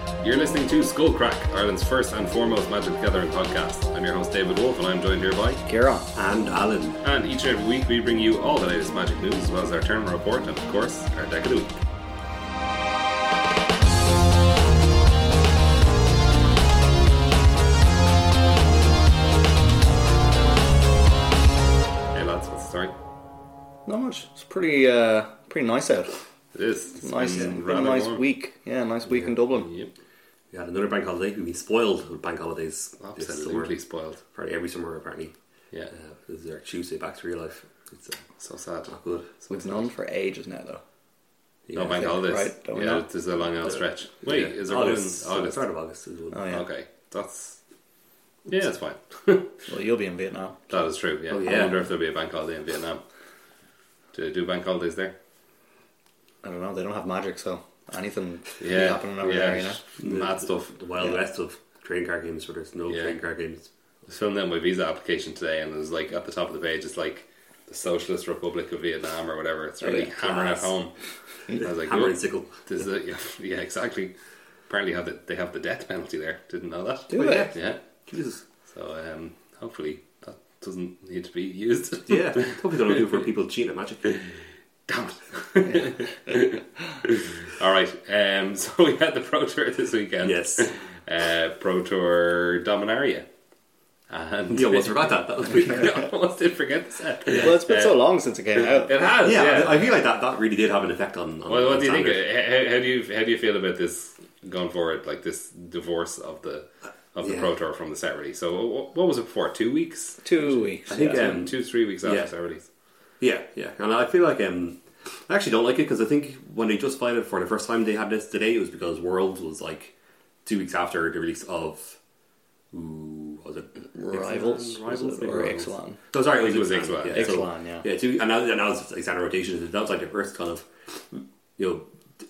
Welcome to Skullcrack, Ireland's first and foremost Magic the Gathering podcast. I'm your host David Wolf, and I'm joined here by Kieran. and Alan. And each and every week we bring you all the latest Magic news, as well as our tournament report, and of course our deck of the week. Hey lads, what's the story? Not much. It's pretty uh, pretty nice out. It is It's Nice, been pretty Mm, rather nice warm. week. Yeah, nice week in Dublin. Yep, We had another bank holiday. We've been spoiled with bank holidays this summer. absolutely spoiled. Apparently every summer, apparently. Yeah, Uh, this is our Tuesday back to real life. It's uh, so sad. not good. We've known for ages now, though. Yeah. No bank think, holidays. er right, don't we yeah, know? this is a long out stretch. Wait, Yeah. is there August, one in August? Start of August is one. Oh yeah. Okay, that's yeah, that's fine. Well, you'll be in Vietnam. that is true. Yeah. Oh, I yeah. wonder if there'll be a bank holiday in Vietnam. Do they do bank holidays there? I don't know. They don't have magic, so anything could be Yeah, happening over yeah, there, you know. mad stuff. The wild west of trading card games where there's no Yeah. trading card games. I was filling out my visa application today, and it was like at the top of the page, it's like the Socialist Republic of Vietnam or whatever. It's really yeah. hammering at Class. home. I was like, Hammer "Whoa, and sickle. this is a, yeah, yeah, exactly. Apparently, have the, they have the death penalty there. Didn't know that. Do Oh, they? yeah. Yeah. Jesus. So um, hopefully that doesn't need to be used. Yeah. Probably don't do for people cheating at magic. Damn it. All right. Um, so we had the Pro Tour this weekend. Yes. Uh, Pro Tour Dominaria. And You almost forgot that. That was pretty I almost did forget to say. Uh, Well, it's been so long since it came out. It has. Yeah, Yeah. I I feel like that, that really did have an effect on. on well, what do you think? Uh, standard. How, how do you how do you feel about this going forward? Like this divorce of the of the Yeah. Pro Tour from the set release. So what, what was it for? Two weeks? Two weeks. I think yeah. um, Two three weeks after yeah. set release. Yeah, yeah, and I feel like um, I actually don't like it because I think when they justified it for the first time they had this today, it was because Worlds was like two weeks after the release of ooh, what was it Rivals, Ixalan? was Rivals it? Or Rivals. Ixalan? No, Oh, sorry, it think was it was Ixalan. Ixalan. Yeah, so- Ixalan, yeah. yeah, two, and now, and now it's Xander rotation. That was like the first kind of you know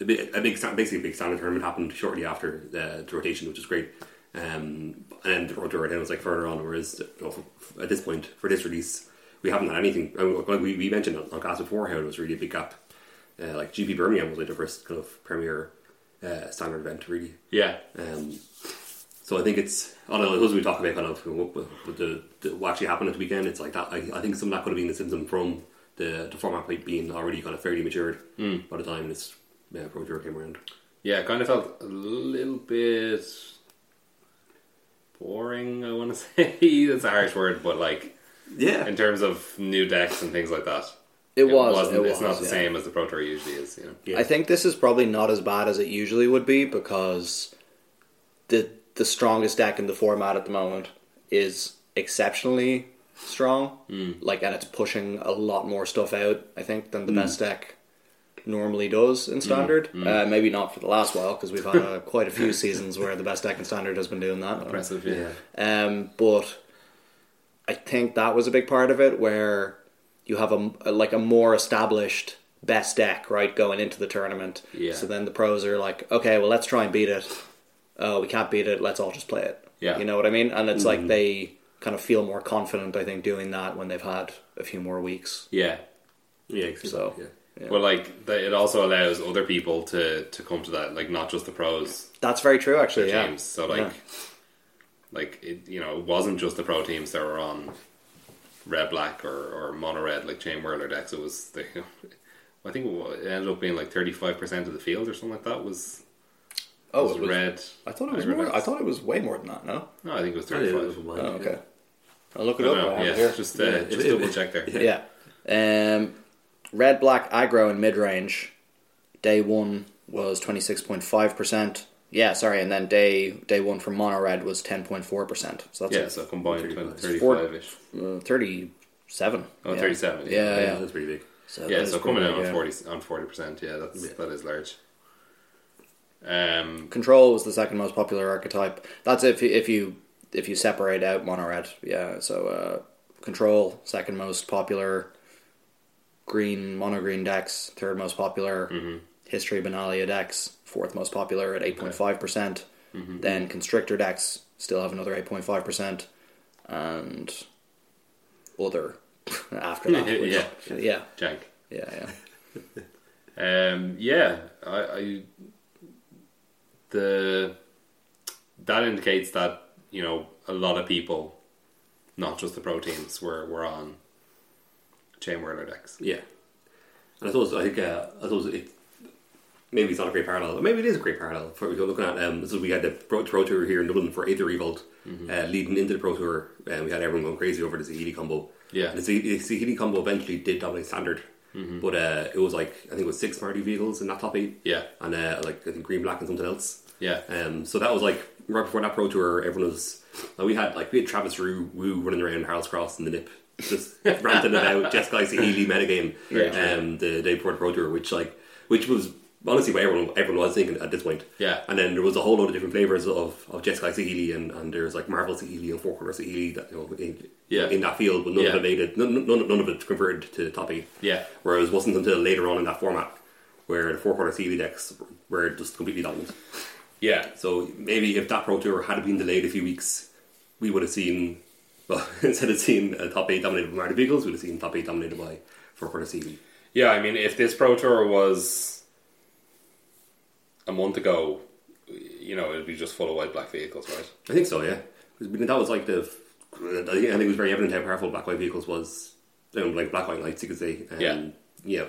a big, a big sta- basically a big standard tournament happened shortly after the, the rotation, which is great. Um, and the road to Rodan was like further on, whereas you know, f- at this point for this release, we haven't had anything. I mean, like we, we mentioned on, on class before how it was really a big gap. Uh, like GP Birmingham was like the first kind of premier uh, standard event, really. Yeah. Um, so I think it's I don't know. Those we talk about kind of what, what, the, the, what actually happened at the weekend. It's like that. I, I think some of that could have been the symptom from the, the format plate being already kind of fairly matured Hmm. by the time this uh, Pro Tour came around. Yeah, it kind of felt a little bit boring. I want to say that's an Irish word, but like Yeah, in terms of new decks and things like that, It was. It wasn't- was. it's not the yeah. same as the Pro Tour usually is. You know, Yeah. I think this is probably not as bad as it usually would be because the the strongest deck in the format at the moment is exceptionally strong. Like, and it's pushing a lot more stuff out. I think than the best deck normally does in standard. Uh, maybe not for the last while because we've had uh, quite a few seasons where the best deck in standard has been doing that. impressive. Yeah, yeah, Um, but I think that was a big part of it, where you have a, like a more established best deck, right, going into the tournament. Yeah. So then the pros are like, okay, well, let's try and beat it. Oh, we can't beat it. Let's all just play it. Yeah. Mm-hmm. You know what I mean? And it's like they kind of feel more confident, I think, doing that when they've had a few more weeks. yeah. yeah. exactly, So- yeah. Well, like the, it also allows other people to to come to that, like not just the pros That's very true, actually. Yeah. teams. So like, Yeah. like it, you know, it wasn't just the pro teams that were on red black or or mono red like chain whirler decks. It was the, I think it wa- it ended up being like thirty five percent of the field or something like that was Oh, was it was, red. I thought it was aggro more. decks. I thought it was way more than that. No. no, I think it was Yeah, thirty it was five. wild, Oh, yeah. okay. I'll look I it don't up. I know. have it Yeah, Oh, here. just uh, Yeah, just it- double it- check there. yeah. Yeah. Um, red, black, aggro, and mid range. Day one was twenty six point five percent. Yeah, sorry, and then day day one for mono red was ten point four percent. So Yeah, that's so combined 35. 35 ish. uh, thirty seven. Oh, 37, yeah. Yeah, yeah. that's pretty big. So Yeah, that so is coming in pretty on good. 40 on 40%, yeah, that's Yeah. that is large. Um Control was the second most popular archetype. That's if you, if you if you separate out mono red. Yeah, so uh, control second most popular. Green mono green decks third most popular. History Benalia decks fourth most popular at eight point five percent. Then constrictor decks still have another eight point five percent, and other after that. which- Yeah. yeah, jank. yeah, yeah. Um yeah, I, I the that indicates that you know a lot of people, not just the pro teams, were were on chain whirler decks. Yeah, and I suppose I think uh, I suppose it maybe it's not a great parallel, but maybe it is a great parallel. For if you're looking at um, so we had the pro, pro tour here in Dublin for Aether Revolt, Mm-hmm. uh, leading into the pro tour, and we had everyone going crazy over the Zahidi combo. Yeah. Mm-hmm. and the Zahidi, the Zahidi combo eventually did dominate standard, but uh, it was like I think it was six party vehicles in that top eight. Yeah. and uh, like I think green, black, and something else. Yeah. Um, so that was like right before that pro tour, everyone was like, we had like we had Travis Rue Woo running around Harold's Cross in the nip, just ranting about Jessica Icy Healy metagame Very true. um, the day before the pro tour, which like which was honestly what everyone everyone was thinking at this point. Yeah. And then there was a whole lot of different flavors of, of Jessica Icy Healy and, and there was like Marvel Sahili and Four Corner Sahili that you know in, Yeah. in that field, but none Yeah. of it made it none, none, none of it converted to the top eight. Yeah. Whereas it wasn't until later on in that format where the four quarter CV decks were just completely dominant. Yeah, So maybe if that Pro Tour had been delayed a few weeks, we would have seen, well, instead of seeing a top 8 dominated by Marty Beagles, we would have seen top 8 dominated by four quarter CV. yeah. I mean, if this pro tour was a month ago, you know, it'd be just full of white black vehicles, right? I think so, yeah. 'Cause we- that was like the, I think I think it was very evident how powerful Black White Vehicles was, um, like Black White Lights, you could say. Um, Yeah. Yeah,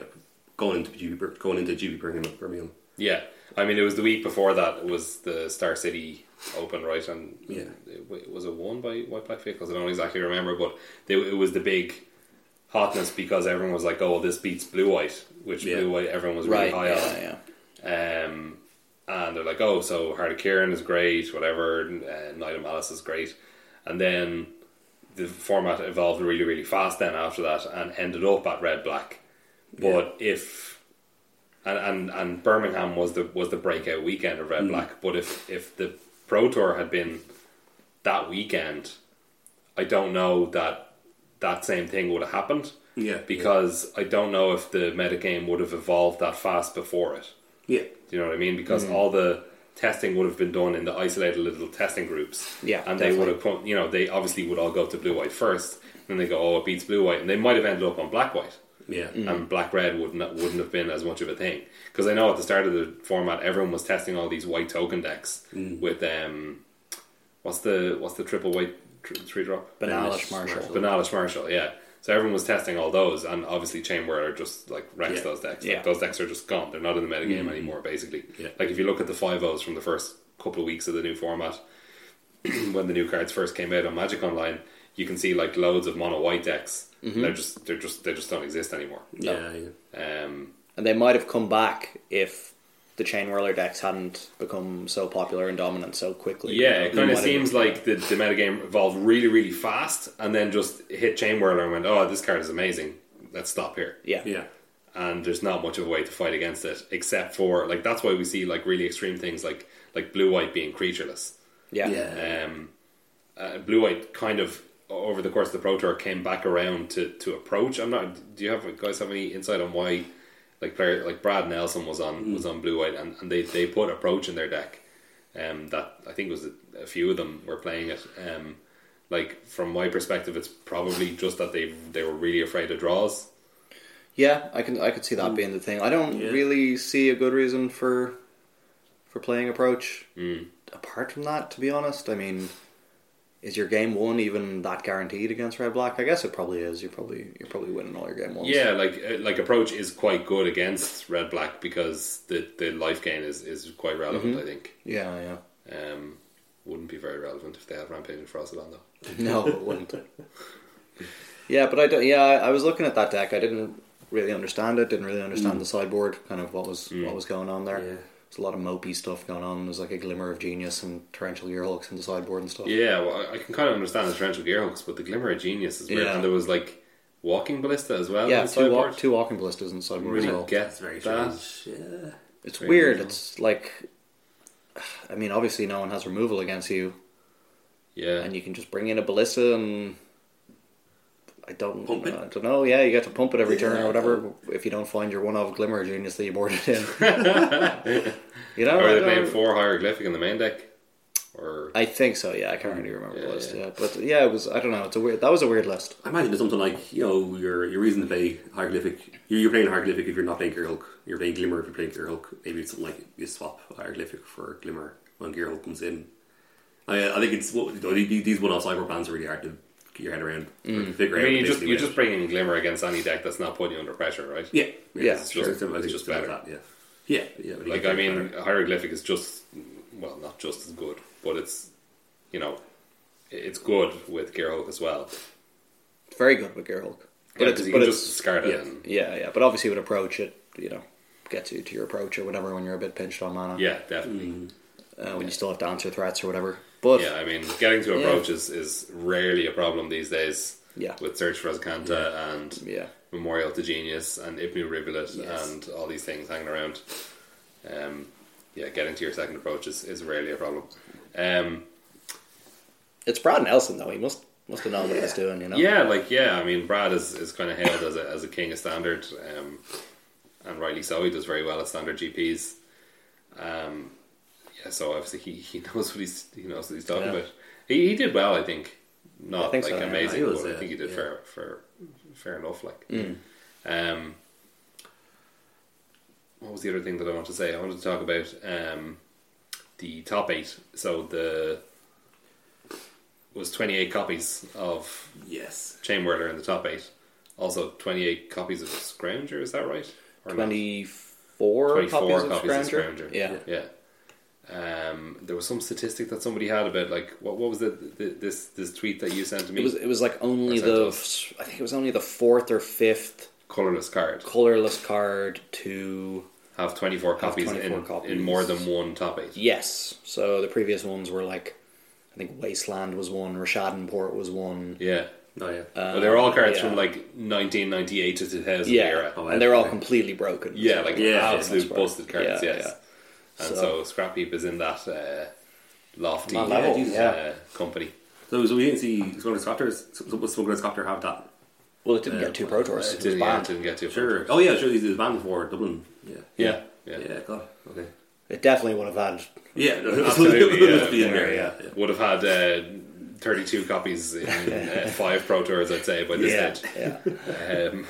going into GB, Bir- going into GB Birmingham. Birmingham. Yeah, I mean, it was the week before that was the Star City Open, right? And Yeah. it, it was it won by White Black Vehicles? I don't exactly remember, but they, it was the big hotness because everyone was like, "Oh, this beats Blue White," which Yeah. Blue White everyone was really high Right. on. Yeah, yeah. Um, and they're like, oh, so Hardy Kieran is great, whatever, and, uh, Night of Malice is great. And then the format evolved really, really fast then after that and ended up at Red Black. But if. And, and, and Birmingham was the was the breakout weekend of Red Mm. Black. But if, if the Pro Tour had been that weekend, I don't know that that same thing would have happened. Yeah. Because I don't know if the metagame would have evolved that fast before it. Yeah. Do you know what I mean? Because all the testing would have been done in the isolated little testing groups. Yeah, And they would have come, you know, they obviously would all go to blue white first. Then they go, oh, it beats blue white. And they might have ended up on black white. Yeah. And black red would not, wouldn't have been as much of a thing. Because I know at the start of the format, everyone was testing all these white token decks with, um, what's the what's the triple white tr- three drop? Banalish Marshall. Marshall. Banalish Marshall, yeah. So everyone was testing all those, and obviously Chain Whirler just like wrecks Yeah. Mm. those decks. Yeah. Like, those decks are just gone; they're not in the metagame anymore. Basically, Yeah. like if you look at the five O's from the first couple of weeks of the new format, when the new cards first came out on Magic Online, you can see like loads of mono white decks. Mm-hmm. They're just they're just they just don't exist anymore. Yeah. yeah. Um, And they might have come back if the chain whirler decks hadn't become so popular and dominant so quickly. yeah, it kind They might of have- seems like the, the metagame evolved really, really fast, and then just hit Chain Whirler and went, "Oh, this card is amazing. Let's stop here." Yeah, Yeah. and there's not much of a way to fight against it except for like that's why we see like really extreme things like like blue white being creatureless yeah, Yeah. um uh, blue white kind of over the course of the pro tour came back around to to approach i'm not do you have guys have any insight on why like player like brad nelson was on was on blue white and, and they they put approach in their deck um that i think was a, a few of them were playing it um like from my perspective it's probably just that they they were really afraid of draws Yeah, I can I could see Hmm. that being the thing. I don't Yeah. really see a good reason for for playing approach. Hmm. Mm. Apart from that, to be honest, I mean, is your game one even that guaranteed against red black? I guess it probably is. You're probably you're probably winning all your game ones. Yeah, like uh, like approach is quite good against red black because the the life gain is is quite relevant. Mm-hmm. I think yeah, yeah. um, wouldn't be very relevant if they had rampage and frosted on though. No, it wouldn't. yeah, but I don't. Yeah, I I was looking at that deck. I didn't really understand it. Didn't really understand Mm. the sideboard. Kind of what was what was going on there. Yeah. There's a lot of mopey stuff going on. There's like a glimmer of genius and torrential earhooks in the sideboard and stuff. Yeah, well, I- I can kind of understand the torrential gearhooks, but the glimmer of genius is weird. Yeah. And there was like walking ballista as well. Yeah, on the two, wa- sideboard. two walking ballistas in the sideboard Really as well. get That's very that. strange. Yeah. It's Very weird. unusual. It's like, I mean, obviously no one has removal against you, Yeah, and you can just bring in a ballista and I don't, Pump it? I don't know. Yeah, you get to pump it every turn Yeah. or whatever. If you don't find your one of glimmer genius that you boarded in, you know. or I they don't- playing four hieroglyphic in the main deck, or I think so. Yeah, I can't really remember Yeah, the list. yeah. Yeah, but yeah, it was. I don't know. It's a weird. That was a weird list. I imagine it's something like you know your your reason to play hieroglyphic. You're, you're playing hieroglyphic if you're not playing Gear Hulk. You're playing Glimmer if you're playing Gear Hulk. Maybe it's something like you swap hieroglyphic for Glimmer when Gear Hulk comes in, I, I think it's well, you know, these these one-off cyber plans are really hard to get your head around. or to Figure Mm. I out mean, you just basically you what- just bring in glimmer against any deck that's not putting you under pressure, right? yeah, Yeah, it's sure. just, it's It's just just better. about that, yeah, yeah, yeah. but you Like can I do it mean, better. hieroglyphic is just well, not just as good, but it's you know, it's good with Gear Hulk as well. Very good with Gear Hulk. But But it's, you but can it's, just discard it. yeah. and- yeah, yeah. But obviously, with approach, it you know gets you to your approach or whatever when you're a bit pinched on mana. yeah, definitely. Uh, when you still have to answer threats or whatever. But Yeah, I mean, getting to Yeah. approach is, is rarely a problem these days. Yeah. With Search for Azcanta and yeah, Memorial to Genius and Ibnu Rivulet Yes. and all these things hanging around. Um, yeah, getting to your second approach is, is rarely a problem. Um, it's Brad Nelson though. He must must have known what he was doing. You know. Yeah, like yeah, I mean Brad is, is kind of hailed as a, as a king of standard, um, and rightly so. He does very well at standard GPs. Um, yeah, so obviously he, he knows what he's he knows what he's talking Yeah. about. He, he did well, I think. Not I think so, like yeah. Mm. amazing, He was, but uh, I think he did yeah. fair fair fair enough. Like, um, what was the other thing that I wanted to say? I wanted to talk about um, the top eight. So the was twenty eight copies of yes, Chain Whirler in the top eight. Also, 28 copies of Scrounger, is that right? Or not? Twenty four 24 copies of Scrounger. Yeah. Yeah. Um, there was some statistic that somebody had about, like, what, what was the, the this this tweet that you sent to me? It was it was like only Percent the off. f- I think it was only the fourth or fifth Colorless card. colorless card to Have 24 copies, 24 in, copies. in more than one top eight. yes. So the previous ones were like I think Wasteland was one, Rashadenport was one. Yeah. oh yeah, Well, they're all cards Uh, yeah. from, like, 1998 to 2000 Yeah, era. Oh, and they're all okay. completely broken. Yeah, like Yeah, yeah. absolute That's right. busted cards, Yeah, yes. And So- so, Scrap Heap is in that uh, lofty On that level, uh, yeah. company. So, so we didn't see Smuggler's Copter. Smuggler's Copter have that. Well, it didn't get two Pro Tours. It It was didn't, yeah, it banned. didn't get to Sure. Oh yeah, sure. These is banned for Dublin. Yeah. Yeah. Yeah. Yeah. God. Okay. It definitely would have had. Yeah. no, Absolutely, yeah. it's been there, Yeah, yeah. Would have had uh, 32 copies in uh, five Pro Tours, I'd say, by this stage. yeah, Um,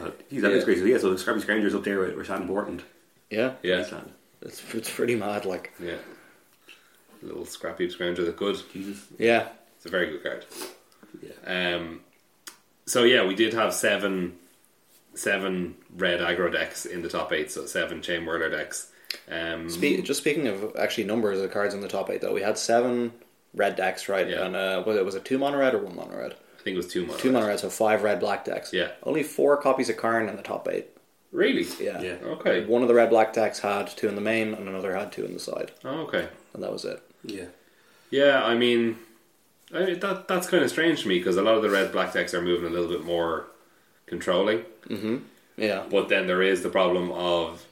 Uh, geez, that looks crazy. Yeah, so Scrappy Scranger's up there with Rashad and Borton. yeah. yeah. Iceland. It's it's pretty mad. Like Yeah. Little scrappy scrounger that good. Jesus. yeah, It's a very good card. Yeah. Um, so yeah, we did have seven seven red aggro decks in the top eight, so seven chain whirler decks. Um, Spe- just speaking of actually numbers of cards in the top eight, though, we had seven red decks, right? Yeah. And uh, was it was it two mono red or one mono red? I think it was two mono. Two mono red, so five red black decks. Yeah. Only four copies of Karn in the top eight. Really? Yeah. Yeah. Okay. One of the red black decks had two in the main, and another had two in the side, Oh, okay. and that was it. Yeah. Yeah, I mean, I mean that that's kind of strange to me because a lot of the red black decks are moving a little bit more controlling, Yeah. but then there is the problem of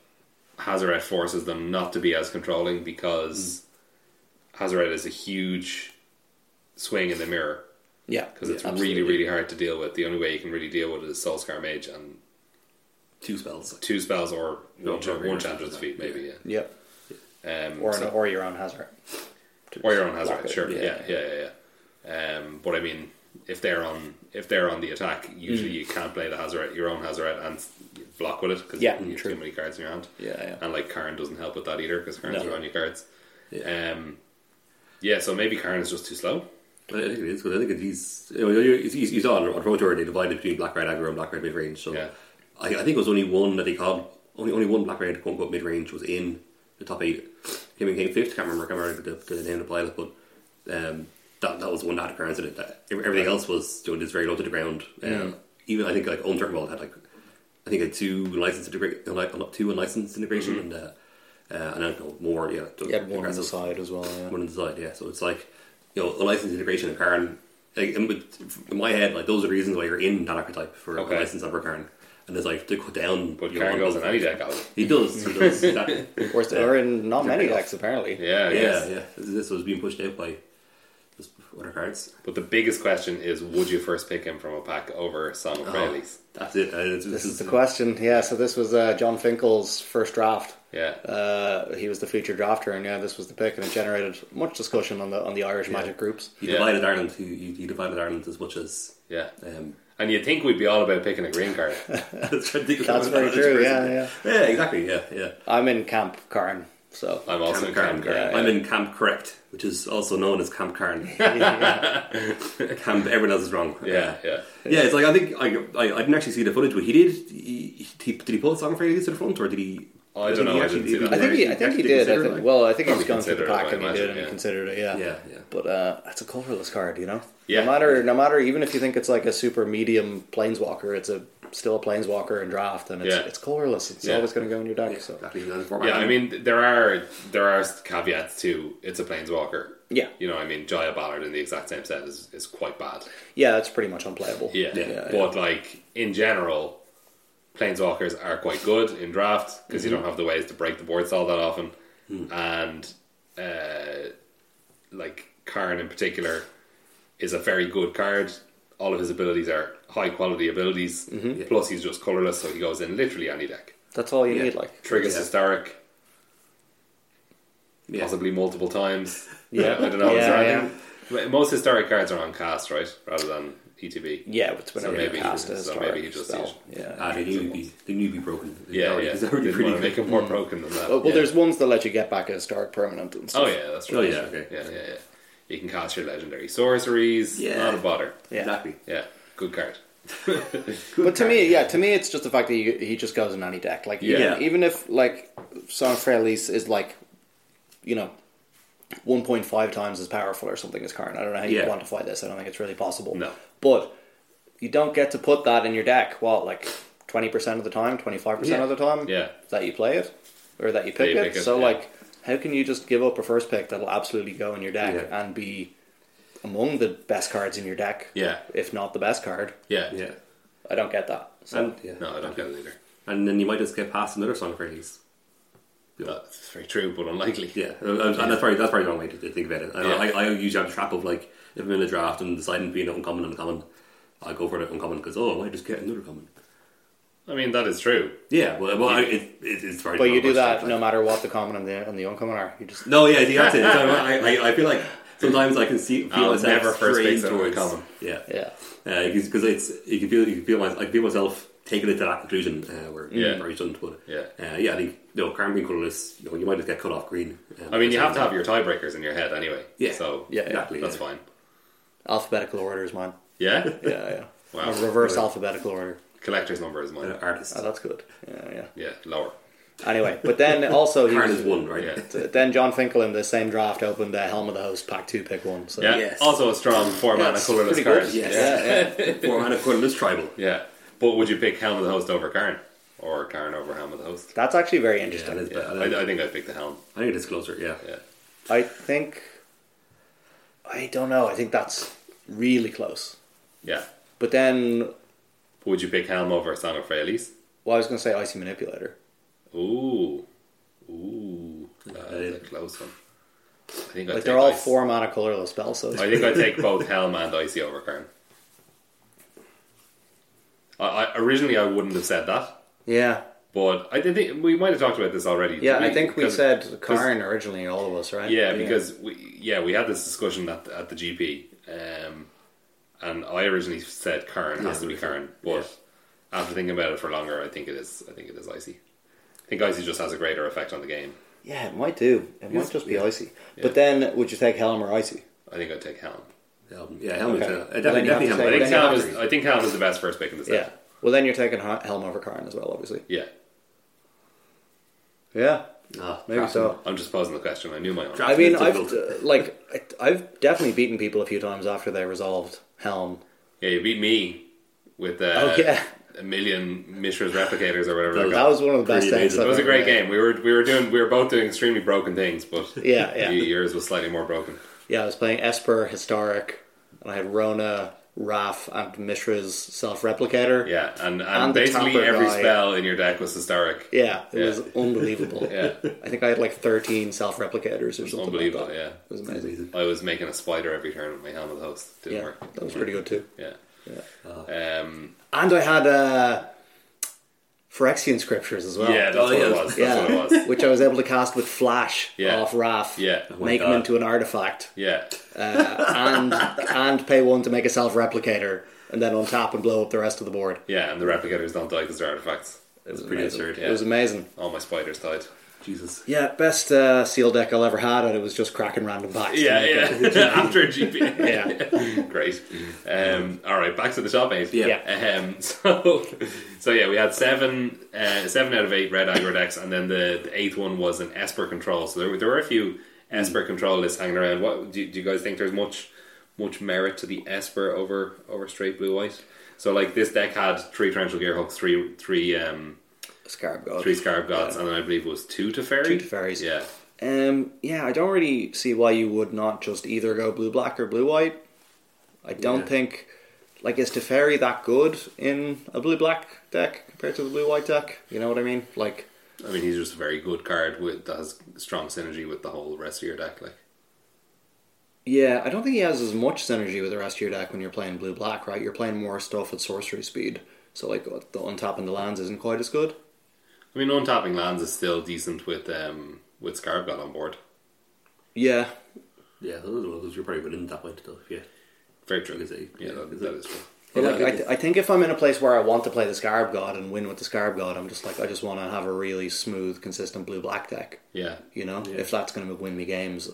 Hazaret forces them not to be as controlling because Mm. Hazaret is a huge swing in the mirror Yeah. because it's Absolutely. really really hard to deal with. The only way you can really deal with it is Soulscar Mage and Two spells. two spells or No, one, cha- no, one no, chanter's no, feet yeah. maybe. Yeah. Yep. Um, Or so- an, or your own hazard. Or your own block hazard, it, sure. yeah. Yeah, yeah, yeah. yeah, Um, but I mean, if they're on if they're on the attack, usually you can't play the hazard, your own hazard, and s- block with it because Yeah, you have true. too many cards in your hand. Yeah, yeah. And like Karn doesn't help with that either because Karn's No. drawing you cards. Yeah. Um, yeah, so maybe Karn is just too slow. I think it is because I think it is. You, know, you, you, you saw on, on Pro Tour they divided between black red aggro and black red mid range. So Yeah. I, I think it was only one that they called only only one black red quote unquote mid range was in the top eight. Came in came fifth. Can't remember. Can't remember the, the name of the pilot, but um, that that was the one that had occurrence in it. That everything else was you know, just very low to the ground. Um, Even I think like Own World had like I think a two license integration, two unlicensed integration, and uh, uh, and I don't know more. Yeah, You had one on the aggressive side as well. Yeah. one inside. Yeah, so it's like you know, a license integration of Karen. Like in, with- in my head, like those are the reasons why you're in that archetype for Okay. a license over Karen, and it's like to cut down. But you Karn know, goes in any deck, Alan. He does. He does. Exactly. Or, it's- or in not many decks apparently. Yeah, I yeah, guess. yeah. This, this was being pushed out by just other cards. But the biggest question is, would you first pick him from a pack over Sam of Fraley's? That's it. Uh, it's, This is the question. Yeah, so this was uh, John Finkel's first draft. Yeah, Uh, he was the featured drafter, and yeah, this was the pick, and it generated much discussion on the on the Irish Magic groups. He Yeah. divided Ireland. He, he he divided Ireland as much as. yeah. Um, And you'd think we'd be all about picking a green card. that's That's very true. Yeah, yeah. Yeah, exactly. Yeah, yeah. I'm in camp Karen, So I'm also in Camp Camp Carn. Carn. I'm in Camp Correct, which is also known as Camp Carn. Camp, everyone else is wrong. Yeah, yeah. Yeah, it's like I think I, I, I didn't actually see the footage, but he did. He, he, did he pull the song fairly to the front, or did he? Oh, I don't know, He I actually, didn't see did that. I think he, I think he did. I consider it, think, like- well, I think he's Probably gone through considered the it, pack I and he imagine, did and yeah. considered it. Yeah, Yeah, yeah. But uh, that's a colorless card, you know. Yeah. No matter, no matter, even if you think it's like a super medium planeswalker, it's a still a planeswalker in draft, and it's Yeah. it's colorless. It's Yeah. always going to go in your deck. so Exactly, that was what Yeah, I mean there are there are caveats to it's a planeswalker. yeah, You know, I mean Jaya Ballard in the exact same set is, is quite bad. yeah, it's pretty much unplayable. Yeah. Yeah. But like in general, planeswalkers are quite good in draft because you don't have the ways to break the boards all that often, and uh, like Karn in particular is a very good card. All of his abilities are high quality abilities. Plus, he's just colorless, so he goes in literally any deck. that's all you Yeah. need. Like, Triggers Yeah. historic, Yeah. possibly multiple times. Yeah. I don't know. is Yeah, there anything- but Most historic cards are on cast, right, rather than E ETB. yeah, it's whenever maybe you he cast a just- so historic maybe he just spell. used- Yeah. Ah, they knew he'd be, they knew he'd be broken. They Yeah, already, yeah. He's oh, already Didn't pretty want to good. Mm. make it more broken than that. Oh, well, Yeah. well, there's ones that let you get back a historic permanent and stuff. Oh yeah, that's right. Oh, yeah, okay. yeah, yeah, yeah. You can cast your legendary sorceries. Yeah. not a bother. Yeah. Exactly. Yeah, good card. But to me, yeah, to me, it's just the fact that he, he just goes in any deck. Like, Yeah. even, even if like Song of Frelis is like, you know, one point five times as powerful or something as Karn. I don't know how you Yeah. quantify this. I don't think it's really possible. No. but you don't get to put that in your deck. What like twenty percent of the time, twenty five percent of the time, Yeah. that you play it or that you pick, you it. pick it, So yeah. like, how can you just give up a first pick that'll absolutely go in your deck Yeah. and be among the best cards in your deck? Yeah. if not the best card. Yeah, Yeah. I don't get that. So. And, yeah. No, I don't get it either. and then you might just get past another song for these. That's very true, but unlikely. Yeah, and and that's probably that's probably the wrong way to, to think about it. And Yeah. I, I usually have the trap of like if I'm in a draft and deciding to be an uncommon uncommon, I go for the uncommon because oh, I might just get another common. I mean that is true. Yeah, well, well I, it, it, it's probably. But the you do wrong that approach to no matter what the common and the and the uncommon are. You just No, yeah, you have to. So I, I, I feel like sometimes I can see feel I'll myself never first straying pick someone towards common. yeah, yeah. because it's you can feel you can feel my, I can feel myself taking it to that conclusion uh, where Yeah. probably shouldn't, but Yeah. uh, yeah, I think you know, current green colourless, you know, you might just get cut off green. um, I mean, you so- have to have your tiebreakers in your head anyway. Yeah. So Yeah, exactly. that's yeah. fine. Alphabetical order is mine. Yeah. Yeah, yeah. Wow. A reverse alphabetical order. Collector's number is mine. Uh, artist. Oh, that's good. Yeah, yeah. Yeah, lower. Anyway, but then also he Card was- is one, right? Yeah. then John Finkel in the same draft opened the Helm of the Host pack two pick one. So Yeah. Yes. Also a strong four mana That's colorless pretty card. good. Yeah. Yes. Yeah, yeah. Four mana colourless tribal. Yeah. But would you pick Helm of the Host over Karn, or Karn over Helm of the Host? that's actually very Yeah, interesting. that is Yeah, better. I, I think I'd pick the Helm. I think it is closer. Yeah. Yeah. I think I don't know. I think that's really close. Yeah. But then Would you pick Helm over Song of Frelis? well, I was going to say Icy Manipulator. Ooh, ooh, that's a Okay. close one. I think I Like take they're all ice. four mana colorless spells. So it's I think I take both Helm and Icy over Kern. I, I originally I wouldn't have said that, yeah. but I did think we might have talked about this already. Yeah, did I think we 'Cause- said Karn originally, all of us, right? Yeah, because we yeah we had this discussion at the, at the GP, um, and I originally said Kern has to Yeah, be we said- Kern, but after thinking about it for longer, I think it is. I think it is Icy. I think Icy just has a greater effect on the game. yeah, it might do. It might Yes. just be Yeah. icy. But then, would you take Helm or icy? I think I'd take Helm. Helm. Yeah, Helm. is, Okay. uh, Well, then definitely, you have definitely to Helm. I think say- then you I Helm have is. I think Helm is the best first pick in the set. Yeah. Well, then you're taking Ha- Helm over Karn as well, obviously. Yeah. Yeah, Ah, maybe crap. so. I'm just posing the question. I knew my own. Draft. I mean, It's I've difficult. uh, like I- I've definitely beaten people a few times after they resolved Helm. Yeah, you beat me with uh, Oh, yeah. a million Mishra's replicators or whatever. That, That was one of the best Pretty things. amazing. that I've was a ever great played. game. We were we were doing we were both doing extremely broken things, but Yeah, yeah. y- yours was slightly more broken. Yeah, I was playing Esper Historic, and I had Rona, Raf, and Mishra's Self Replicator. Yeah, and and, And the basically Tamper every guy. spell in your deck was historic. Yeah, it Yeah. was unbelievable. Yeah, I think I had like 13 self replicators or something. unbelievable. Like that. Yeah, It was amazing. Amazing. I was making a spider every turn with my helmet host. Didn't Yeah, work. that was pretty good too. Yeah. Uh, Um, And I had uh, Phyrexian scriptures as well. yeah, that's Oh, what it yeah. was. That's Yeah, what it was. which I was able to cast with Flash Yeah. off Raf. Yeah. Oh my make him God. into an artifact, Yeah, uh, and and pay one to make a self replicator, and then untap and blow up the rest of the board. yeah, and the replicators don't die because they're artifacts. It was pretty amazing. absurd, It was amazing. All my spiders died. Jesus. Yeah, best uh, seal deck I'll ever had, and it was just cracking random packs. Yeah, yeah. After a GP. yeah. Great. Um, all right, back to the top eight. Mm-hmm. Yeah. Um, so, so yeah, we had seven, uh, seven out of eight red aggro decks, and then the, the eighth one was an Esper control. So there, were- there were a few Esper control lists hanging around. What do, you- do you guys think? There's much, much merit to the Esper over over straight blue white. So like this deck had three torrential gear hooks, three three um, Scarab God. three scarab gods, and then I believe it was two to fairy. Two Teferis. Yeah. Um, yeah, I don't really see why you would not just either go blue black or blue white. I don't Yeah. think like is Teferi that good in a blue black deck compared to the blue white deck? You know what I mean? Like I mean, he's just a very good card with that has strong synergy with the whole rest of your deck. Like, yeah, I don't think he has as much synergy with the rest of your deck when you're playing blue black, right? You're playing more stuff at sorcery speed. So like the untapping the lands isn't quite as good. I mean, untapping lands is still decent with um with Scarab got on board. Yeah. Yeah, those are those you're probably winning at that point though. Yeah. Very true. Is it? Yeah, that, Is that it? is true. But Yeah, like, I I, think th- I think if I'm in a place where I want to play the Scarab God and win with the Scarab God, I'm just like I just want to have a really smooth, consistent blue black deck. Yeah, You know, Yeah. if that's going to win me games,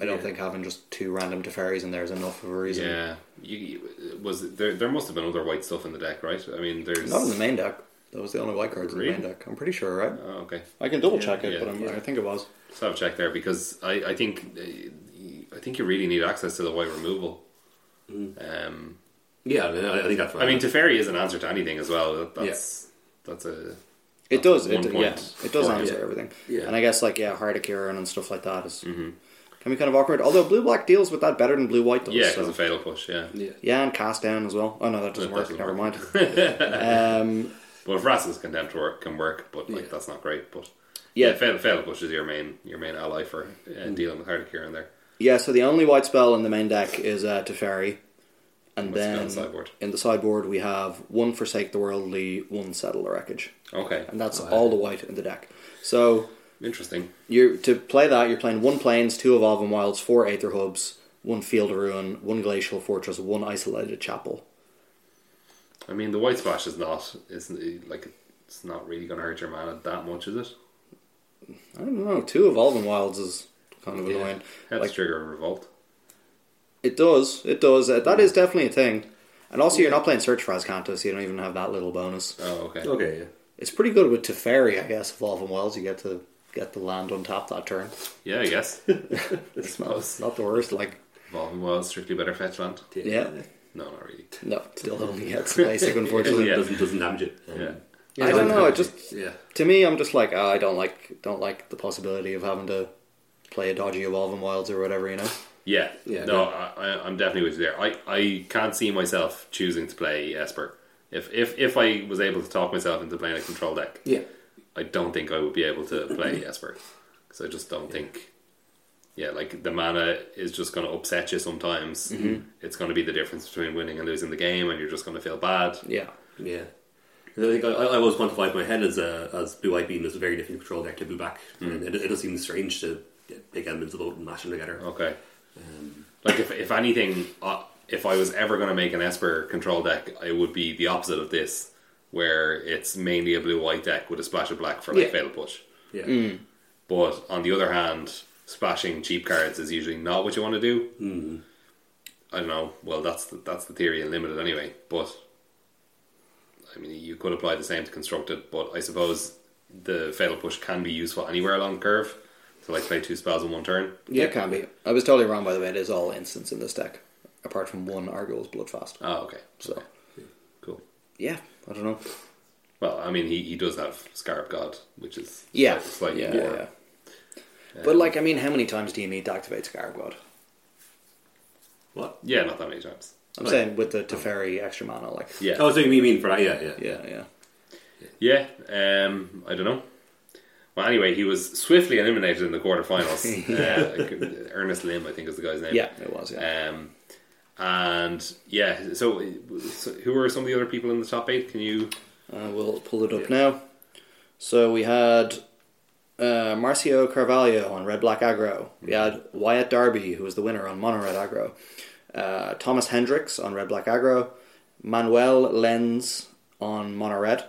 I don't Yeah. think having just two random Teferis in there is enough of a reason. yeah. You, you- was it- there? There must have been other white stuff in the deck, right? I mean, there's Not in the main deck. That was the only white cards in Really? the main deck. I'm pretty sure, right? Oh, okay. I can double check it, Yeah. but I'm, Yeah. I think it was. Let's have a check there because I, I think uh, I think you really need access to the white removal. Mm-hmm. Um, Yeah, I, mean, I I think that's right. I mean, Teferi is an answer to anything as well. That, that's that's a It does. one It, point yeah, it does for answer yeah. everything. Yeah. And I guess like yeah, hard Kiran and stuff like that is- Mm-hmm. can be kind of awkward. Although blue black deals with that better than blue white does. yeah, so- because of fatal push. Yeah, yeah. Yeah, and cast down as well. Oh no, that doesn't That work. doesn't Never work. mind. um, Well, Vrasa's contempt work can work, but like Yeah. that's not great. But Yeah. yeah, Mm-hmm. fatal fatal push is your main your main ally for uh, dealing with Hardicure in there. yeah, so the only white spell in the main deck is uh, Teferi. And What's then on the sideboard? in the sideboard, we have one Forsake the Worldly, one Settle the Wreckage. Okay, Uh, And that's Wow. all the white in the deck. So interesting. you to play that, you're playing one Plains, two Evolving Wilds, four Aether Hubs, one Field of Ruin, one Glacial Fortress, one Isolated Chapel. I mean, the white splash is not isn't like it's not really going to hurt your mana that much, is it? I don't know, two Evolving Wilds is kind of Yeah. annoying. Head Like- trigger and revolt. It does. It does. Uh, that is definitely a thing. And also, you're not playing Search for Azcanto, so you don't even have that little bonus. Oh, okay. Okay, yeah. It's pretty good with Teferi, I guess, Evolving Wilds. You get to get the land on top that turn. Yeah, I guess. It's not, it's not the worst. Like, Evolving Wild, strictly better fetch land. yeah. No, not really. No, still only gets basic, unfortunately. Yeah. Doesn't doesn't damage it. Um, Yeah. I don't know. It just Yeah. to me, I'm just like oh, I don't like don't like the possibility of having to play a dodgy Evolving Wilds or whatever. You know. Yeah, Yeah, no, no. I, I, I'm definitely with you there. I, I can't see myself choosing to play Esper. If, if if I was able to talk myself into playing a control deck, Yeah. I don't think I would be able to play Esper because I just don't think. Yeah, like the mana is just going to upset you sometimes. It's going to be the difference between winning and losing the game, and you're just going to feel bad. Yeah. Yeah. And I think I, I always quantified my head as a, as blue white beam is a very different control deck to blue black. And it, it does seem strange to get big elements of both and mash them together. Okay, Um, like if if anything, uh, if I was ever going to make an Esper control deck, it would be the opposite of this, where it's mainly a blue white deck with a splash of black for like Yeah. fatal push. yeah. But on the other hand, splashing cheap cards is usually not what you want to do. Mm. Hmm. I don't know. Well, that's the, that's the theory in limited anyway. But I mean, you could apply the same to constructed. But I suppose the fatal push can be useful anywhere along the curve. So like play two spells in one turn. Yeah, it can be. I was totally wrong, by the way. It is all instants in this deck, apart from one Argos Bloodfast. Oh, okay. So, Cool. yeah, I don't know. Well, I mean, he, he does have Scarab God, which is Yeah, slightly yeah, more. yeah. But like, I mean, how many times do you need to activate Scarab God? What? Yeah, not that many times. I'm Like- saying with the Teferi extra mana, like Yeah. Oh, so you mean- you mean for that? Yeah, yeah. yeah, yeah. Yeah, um, I don't know. Well, anyway, he was swiftly eliminated in the quarterfinals. uh, Ernest Lim, I think, is the guy's name. Yeah, it was. Yeah, Um, and yeah, so, so who were some of the other people in the top eight? Can you? uh, we'll pull it up now. So we had uh, Marcio Carvalho on Red Black Aggro. We had Wyatt Darby, who was the winner on Mono Red Aggro. Uh, Thomas Hendricks on Red Black Aggro. Manuel Lenz on Mono Red.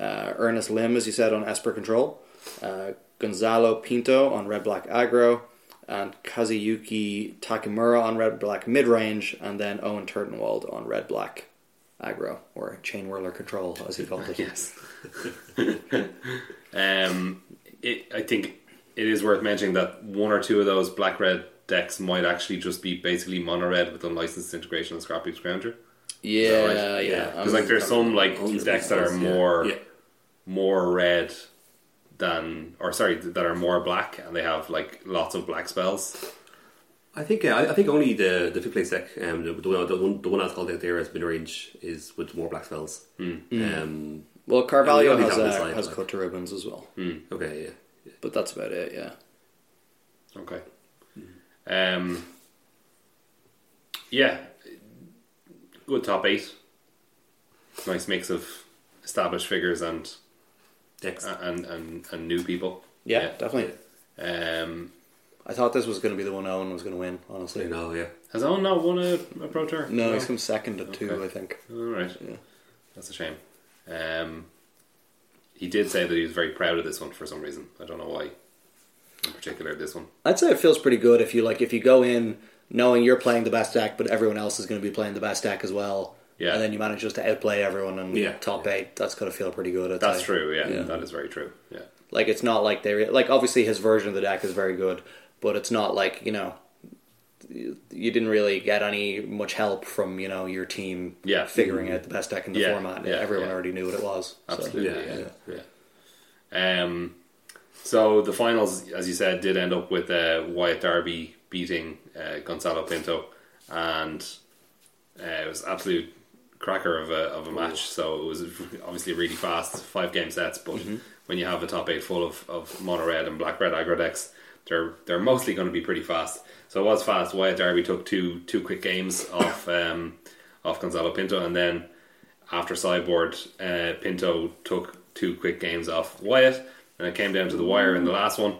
Uh, Ernest Lim, as you said, on Esper Control. Uh, Gonzalo Pinto on red black aggro, and Kazuyuki Takimura on red black mid range, and then Owen Turtenwald on red black aggro or chain whirler control as he called it. Yes. um, it, I think it is worth mentioning that one or two of those black red decks might actually just be basically mono red with unlicensed integration and scrap heap scrounger. Yeah, Right? yeah. Because like there's some like Ultra decks that are Reds, Oh, yeah. more Yeah. more red than or sorry that are more black and they have like lots of black spells. I think uh, I I think only the the fifth place deck, um, the, the, one, the one the one that's called out there as mid range is with more black spells. Hmm. Um, well, Carvalho Yeah, we has don't have uh, this has lineup. cut to ribbons as well, hmm. Hmm. okay, yeah. but that's about it. Yeah. Okay. Um. Yeah. Good top eight. Nice mix of established figures and Decks. and and, and new people. yeah, definitely. Um. I thought this was going to be the one Owen was going to win. Honestly, you know, yeah. Has Owen not won a, a pro tour? no, he's come second at two, Okay. I think. All right. Yeah. That's a shame. Um. He did say that he was very proud of this one for some reason. I don't know why. In particular, this one. I'd say it feels pretty good if you like if you go in knowing you're playing the best deck, but everyone else is going to be playing the best deck as well. Yeah. And then you manage just to outplay everyone and Yeah. top eight. That's going to feel pretty good. I'd That's say. true. Yeah, Yeah. that is very true. Yeah. Like it's not like they re- like obviously his version of the deck is very good, but it's not like you know you you didn't really get any much help from you know your team Yeah. figuring out the best deck in the Yeah, format. yeah, everyone yeah. already knew what it was. so. Absolutely. Yeah, yeah. yeah. Um, so the finals, as you said, did end up with uh, Wyatt Darby beating uh, Gonzalo Pinto, and uh, it was absolute cracker of a of a match. So it was obviously really fast, five game sets. But when you have a top eight full of, of mono red and black red aggro decks, they're they're mostly going to be pretty fast. So it was fast. Wyatt Darby took two two quick games off um, off Gonzalo Pinto, and then after sideboard, uh, Pinto took two quick games off Wyatt, and it came down to the wire in the last one,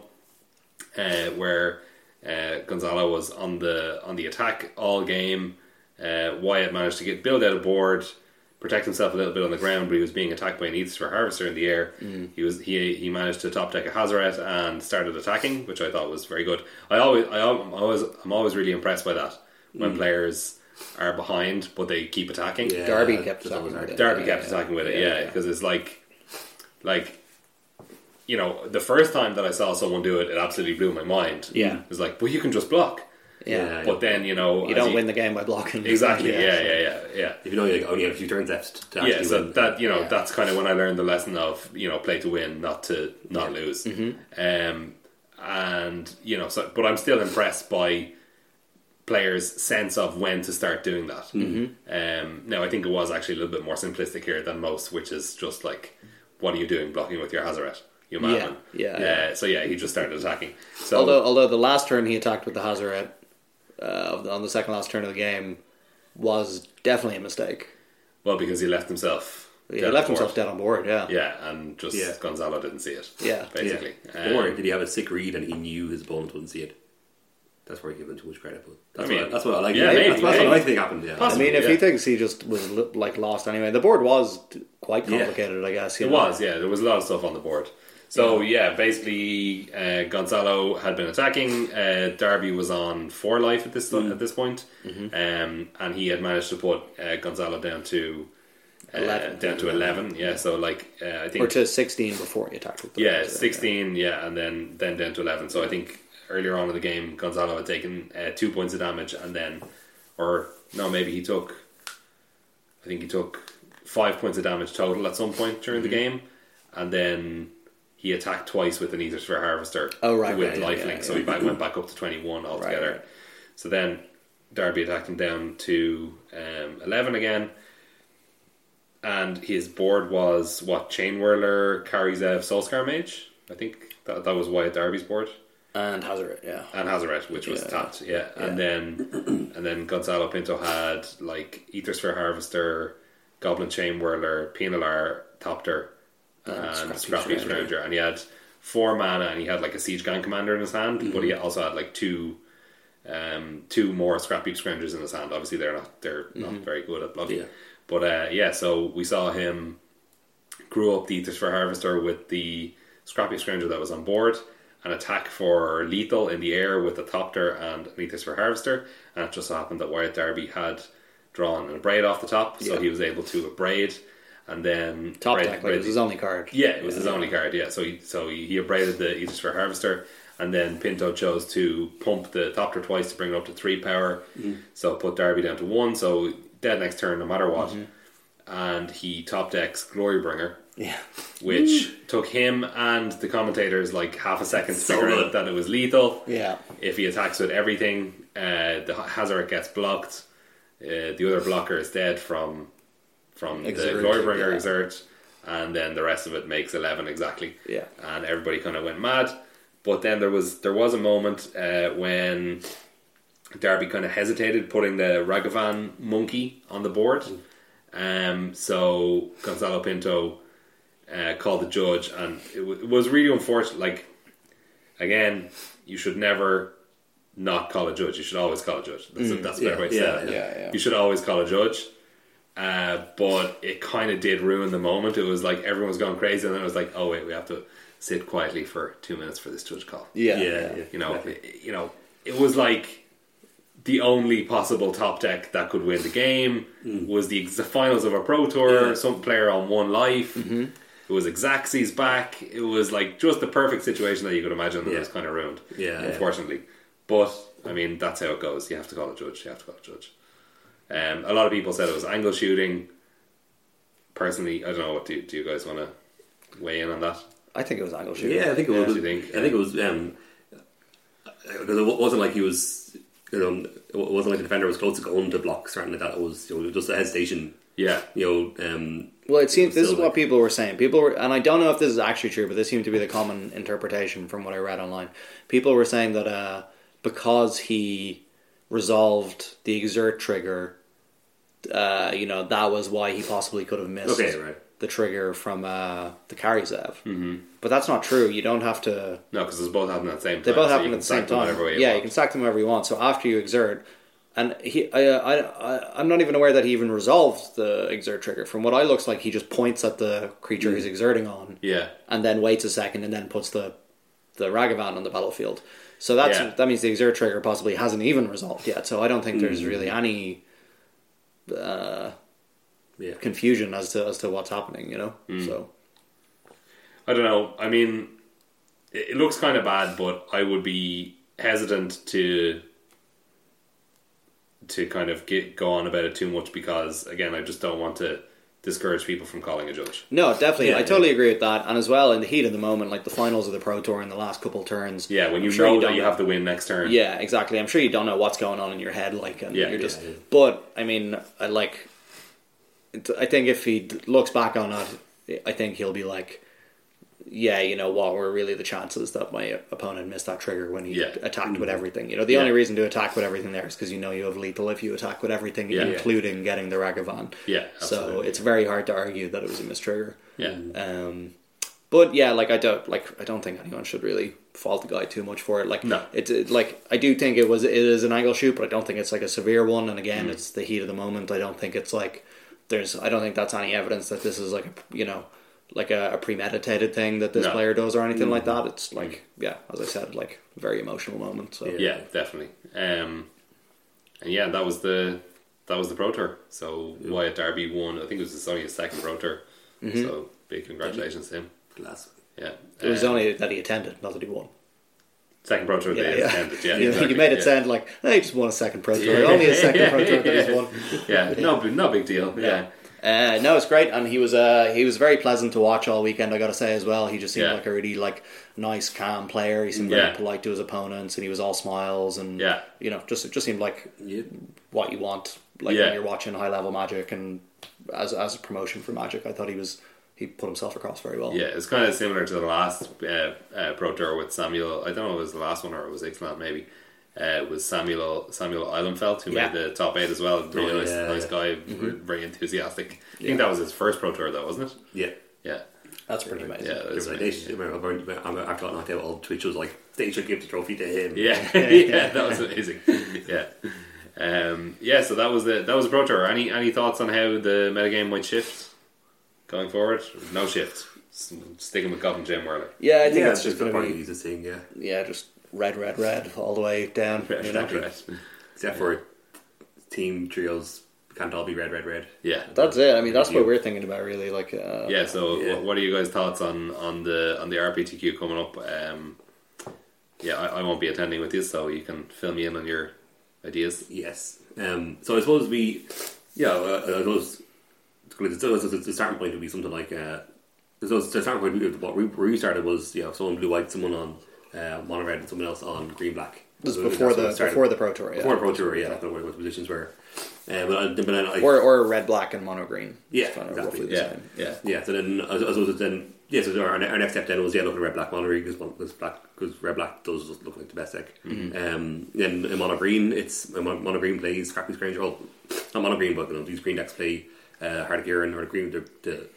uh, where uh, Gonzalo was on the on the attack all game. Uh, Wyatt managed to get build out a board, protect himself a little bit on the ground, but he was being attacked by an Easter Harvester in the air. He was he he managed to top deck a Hazaret and started attacking, which I thought was very good. I always I al- I'm always I'm always really impressed by that when players are behind but they keep attacking. Yeah, Darby kept that's talking always about hard. it. Derby Yeah, kept yeah. attacking with it, Yeah, yeah, yeah. because it's like, like, you know, the first time that I saw someone do it, it absolutely blew my mind. Yeah. it's like, well, you can just block, Yeah. but then you know, You as don't win the game by blocking. exactly. Yeah, yeah, so- yeah, yeah, yeah. If you know, you like, only had a few turns left to actually so win. that you know, Yeah. that's kind of when I learned the lesson of you know, play to win, not to not lose. Mm-hmm. Um, and you know, so but I'm still impressed by players' sense of when to start doing that. Mm-hmm. Um, now, I think it was actually a little bit more simplistic here than most, which is just like, what are you doing blocking with your Hazaret? You madman. Yeah, yeah, Uh, so yeah, he just started attacking. So Although, although the last turn he attacked with the Hazaret uh, on the second last turn of the game was definitely a mistake. well, because he left himself. He dead left on board. himself dead on board. Yeah. Yeah, and just Yeah. Gonzalo didn't see it. Yeah. basically. Yeah. Um, or did he have a sick read and he knew his opponent wouldn't see it? That's where he gave him too much credit. But I that's, mean, what, I, that's what I like. yeah, that's, maybe, that's what I maybe. like think happened. Yeah. I Possibly. mean, if he yeah. thinks he just was li- like lost anyway, the board was t- quite Yeah. complicated. I guess you It know? was, yeah. There was a lot of stuff on the board. So yeah, basically, uh, Gonzalo had been attacking. Uh, Darby was on four life at this at this point, um, and he had managed to put uh, Gonzalo down to uh, 11. down to eleven. Yeah, so like uh, I think or to sixteen before he attacked with the yeah, Hazaret, sixteen. Yeah, and then then down to eleven. So I think earlier on in the game, Gonzalo had taken uh, two points of damage, and then, or no, maybe he took. I think he took five points of damage total at some point during the Mm-hmm. game, and then he attacked twice with an Aether Sphere Harvester. Oh, right, with right, yeah, lifelink, yeah, so he back, went back up to twenty one altogether. right. So then Darby attacked him down to um, eleven again and his board was what Chain Whirler, Carries Ev, Soulscar Mage. I think that, that was Wyatt Darby's board and Hazaret. Yeah, and Hazaret, which was Yeah. tapped. Yeah, and then and then Gonzalo Pinto had like Aether Sphere Harvester, Goblin Chain Whirler, Penalar, Topter, and Scrappy Scrappy Stranger, and he had four mana, and he had like a Siege Gang Commander in his hand, but he also had like two. Um, two more scrappy scroungers in his hand. Obviously, they're not they're not very good at blocking. Yeah. But uh, yeah, so we saw him grew up the Aether Sphere Harvester with the Scrappy Scrounger that was on board, an attack for lethal in the air with a Thopter and an Aethers for Harvester, and it just so happened that Wyatt Darby had drawn an Abrade off the top, so Yeah. he was able to Abrade, and then... Top Abrade- deck, like it was his only card. yeah, it was his only card. Yeah, so he so he, he abraded the Aegis for Harvester, and then Pinto chose to pump the Thopter twice to bring it up to three power. Mm-hmm. So put Darby down to one. So dead next turn, no matter what. Mm-hmm. And he top decks Glorybringer, Yeah. which Mm. took him and the commentators like half a second to So figure out good. that it was lethal. Yeah. If he attacks with everything, uh, the Ha- Hazard gets blocked. Uh, the other blocker is dead from from the Exert, Glorybringer yeah. exert, and then the rest of it makes eleven exactly. Yeah. and everybody kind of went mad. But then there was there was a moment uh, when Darby kind of hesitated putting the Ragavan monkey on the board. Mm. Um, so Gonzalo Pinto uh, called the judge, and it, w- it was really unfortunate. Like again, you should never not call a judge. You should always call a judge. That's, a, that's a better yeah, way to yeah, say it. Mm, yeah, yeah. You should always call a judge. Uh, but it kind of did ruin the moment. It was like everyone's gone crazy, and then it was like, oh wait, we have to sit quietly for two minutes for this judge call. Yeah. yeah, yeah. You know, it- you know, it was like the only possible top deck that could win the game Mm. was the, ex- the finals of a pro tour. Yeah. Some player on one life. Mm-hmm. It was Xaxis back. It was like just the perfect situation that you could imagine. That Yeah. was kind of ruined. Yeah, yeah. unfortunately. But I mean, that's how it goes. You have to call a judge. You have to call a judge. Um, a lot of people said it was angle shooting. Personally, I don't know. What do do you guys want to weigh in on that? I think it was angle shooting. Yeah, I think it Yeah. was. Do you think, uh, I think it was um, because it wa- wasn't like he was. You know, it wa- wasn't like the defender was close to going to block something like that. It was you know, just a hesitation. Yeah, You know, um, Well, it seems this is Silver. what people were saying. People were, and I don't know if this is actually true, but this seemed to be the common interpretation from what I read online. People were saying that uh, because he resolved the exert trigger, uh, you know, that was why he possibly could have missed Okay, right. the trigger from uh, the carry save. Mm-hmm. But that's not true. You don't have to. no, because it's both happened at the same time. They so both you happen can at the same sack them time. whatever way you yeah, want. you can sack them wherever you want. So after you exert, and he, I, I, I, I'm not even aware that he even resolves the exert trigger. From what I looks like, he just points at the creature he's Mm. exerting on, Yeah, and then waits a second, and then puts the the ragavan on the battlefield. So that's Yeah. that means the exert trigger possibly hasn't even resolved yet. So I don't think there's really Mm. any uh, yeah, confusion as to as to what's happening. You know, Mm. so I don't know. I mean, it, it looks kind of bad, but I would be hesitant to to kind of get go on about it too much because again, I just don't want to discourage people from calling a judge. No, definitely. Yeah, I yeah. totally agree with that. And as well, in the heat of the moment, like the finals of the Pro Tour in the last couple turns. Yeah, when I'm you sure know that don't you have to win next turn. Yeah, exactly. I'm sure you don't know what's going on in your head, like, and Yeah, you're just. yeah, yeah. But I mean, I like. it- I think if he d- looks back on it, I think he'll be like, "Yeah, you know what? Were really the chances that my opponent missed that trigger when he Yeah. Mm-hmm. attacked with everything? You know, the Yeah. only reason to attack with everything there is because you know you have lethal if you attack with everything, Yeah. including getting the Ragavan. Yeah, so absolutely. it's very hard to argue that it was a mistrigger. yeah. Um, but yeah, like I don't like I don't think anyone should really fault the guy too much for it. Like No. it's it, like I do think it was it is an angle shoot, but I don't think it's like a severe one. And again, Mm. it's the heat of the moment. I don't think it's like there's I don't think that's any evidence that this is like a you know like a, a premeditated thing that this No. player does or anything like that. It's like yeah, as I said, like very emotional moment. So Yeah, definitely. Um, and yeah, that was the that was the pro tour. So Wyatt Darby won. I think it was only his second pro tour. So big congratulations to him. last. Yeah, Mm-hmm. it was Uh, only that he attended, not that he won. second pro tour. Yeah, they yeah. attended. Yeah, you, exactly. you made it yeah. sound like hey, he just won a second pro tour, Yeah. only a second pro tour that Yeah. he's won. Yeah, no, big- no big deal. Yeah, Uh, no, it's great, and he was uh, he was very pleasant to watch all weekend. I got to say as well, he just seemed Yeah. like a really like nice, calm player. He seemed Yeah. very polite to his opponents, and he was all smiles and Yeah. you know, just it just seemed like Yeah, what you want, like Yeah. when you're watching high level Magic, and as as a promotion for Magic, I thought he was he put himself across very well. yeah. It's kind of similar to the last uh, uh, pro tour with Samuel. I don't know if it was the last one or it was Ixlan maybe. Uh, it was Samuel Samuel Eilenfeld who Yeah. made the top eight as well. Really Yeah. nice, nice guy, very enthusiastic. I think that was his first pro tour though, wasn't it? yeah. Yeah, that's pretty amazing. yeah. It It was was like, amazing. they should, I remember, I remember after that knocked out all Twitch was like they should give the trophy to him. Yeah, yeah, that was amazing. Yeah, um, yeah. So that was the that was the pro tour. Any any thoughts on how the metagame might shift going forward? No shift. s- sticking with Goblin Gem Whirler. Yeah, I think yeah, it's just going to probably be the easiest thing. Yeah, yeah, just red, red, red all the way down. Red, you know? red, red. except for team trios can't all be red, red, red. Yeah, That's it. I mean, that's what we're thinking about, really. Like, uh, yeah. So, Yeah. What, what are you guys' thoughts on on the on the RPTQ coming up? Um, yeah, I, I won't be attending with you, so you can fill me in on your ideas. Yes. Um, so I suppose we, yeah, uh, I suppose the, the, the, the starting point would be something like, uh, so the starting point, we- what we, where we started was, you know, someone blue white, someone on uh, mono red, and someone else on green black. this is So before that's where the it started. before the pro tour, yeah. before the pro tour, yeah, I don't know what the positions were. Uh, but, I- but then I, or or red, black, and mono green. Yeah, It's kind of exactly. roughly the Yeah, same. yeah. yeah, so then I suppose then yeah, so our, our next step then was yeah, look at red black mono green because because black because red black does just look like the best deck. Mm-hmm. Um, then in mono green, it's in mon- mono green plays Scrappy Scranger. Well, not mono green, but you know, these green decks play uh, Hard Gearin or the green the, the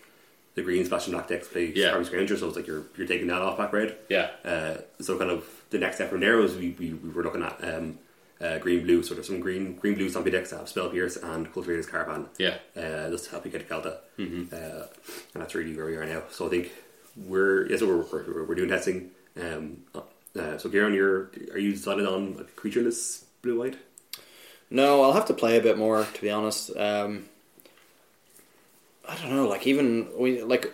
the green splash and black decks play Yeah. Scrappy Scranger. So it's like you're you're taking that off black red. Yeah. Uh, so kind of the next step from there was we, we, we were looking at um, uh, green blue sort of some green green blue zombie decks that have Spell Pierce and Cultivator's Caravan Yeah. uh, just to help you get Calda. Uh, and that's really where we are now. So I think we're yeah, so we're, we're, we're doing testing. Um, uh, so Garen, you're are you decided on like creatureless blue white? No, I'll have to play a bit more to be honest. Um, I don't know. Like even we like,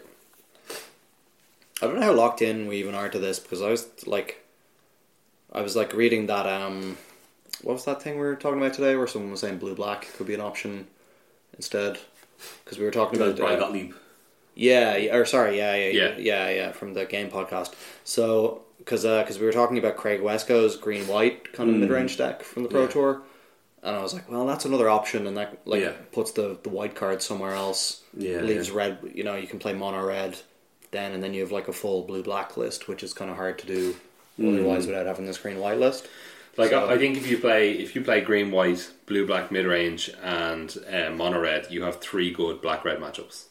I don't know how locked in we even are to this because I was like, I was like reading that. Um, what was that thing we were talking about today? Where someone was saying blue black could be an option instead because we were talking Because about Brian uh, Gottlieb. yeah, yeah, or sorry, yeah, yeah, yeah, Yeah. yeah, yeah, from the game podcast. So, because because we were talking about Craig Wesco's green white kind of mid range deck from the Pro Yeah. Tour, and I was like, well, that's another option, and that like Yeah. puts the the white card somewhere else. Yeah, leaves yeah. red. You know, you can play mono red then, and then you have like a full blue black list, which is kind of hard to do otherwise without having this green white list. Like So- I I think if you play if you play green white blue black mid range and uh, mono red, you have three good black red matchups.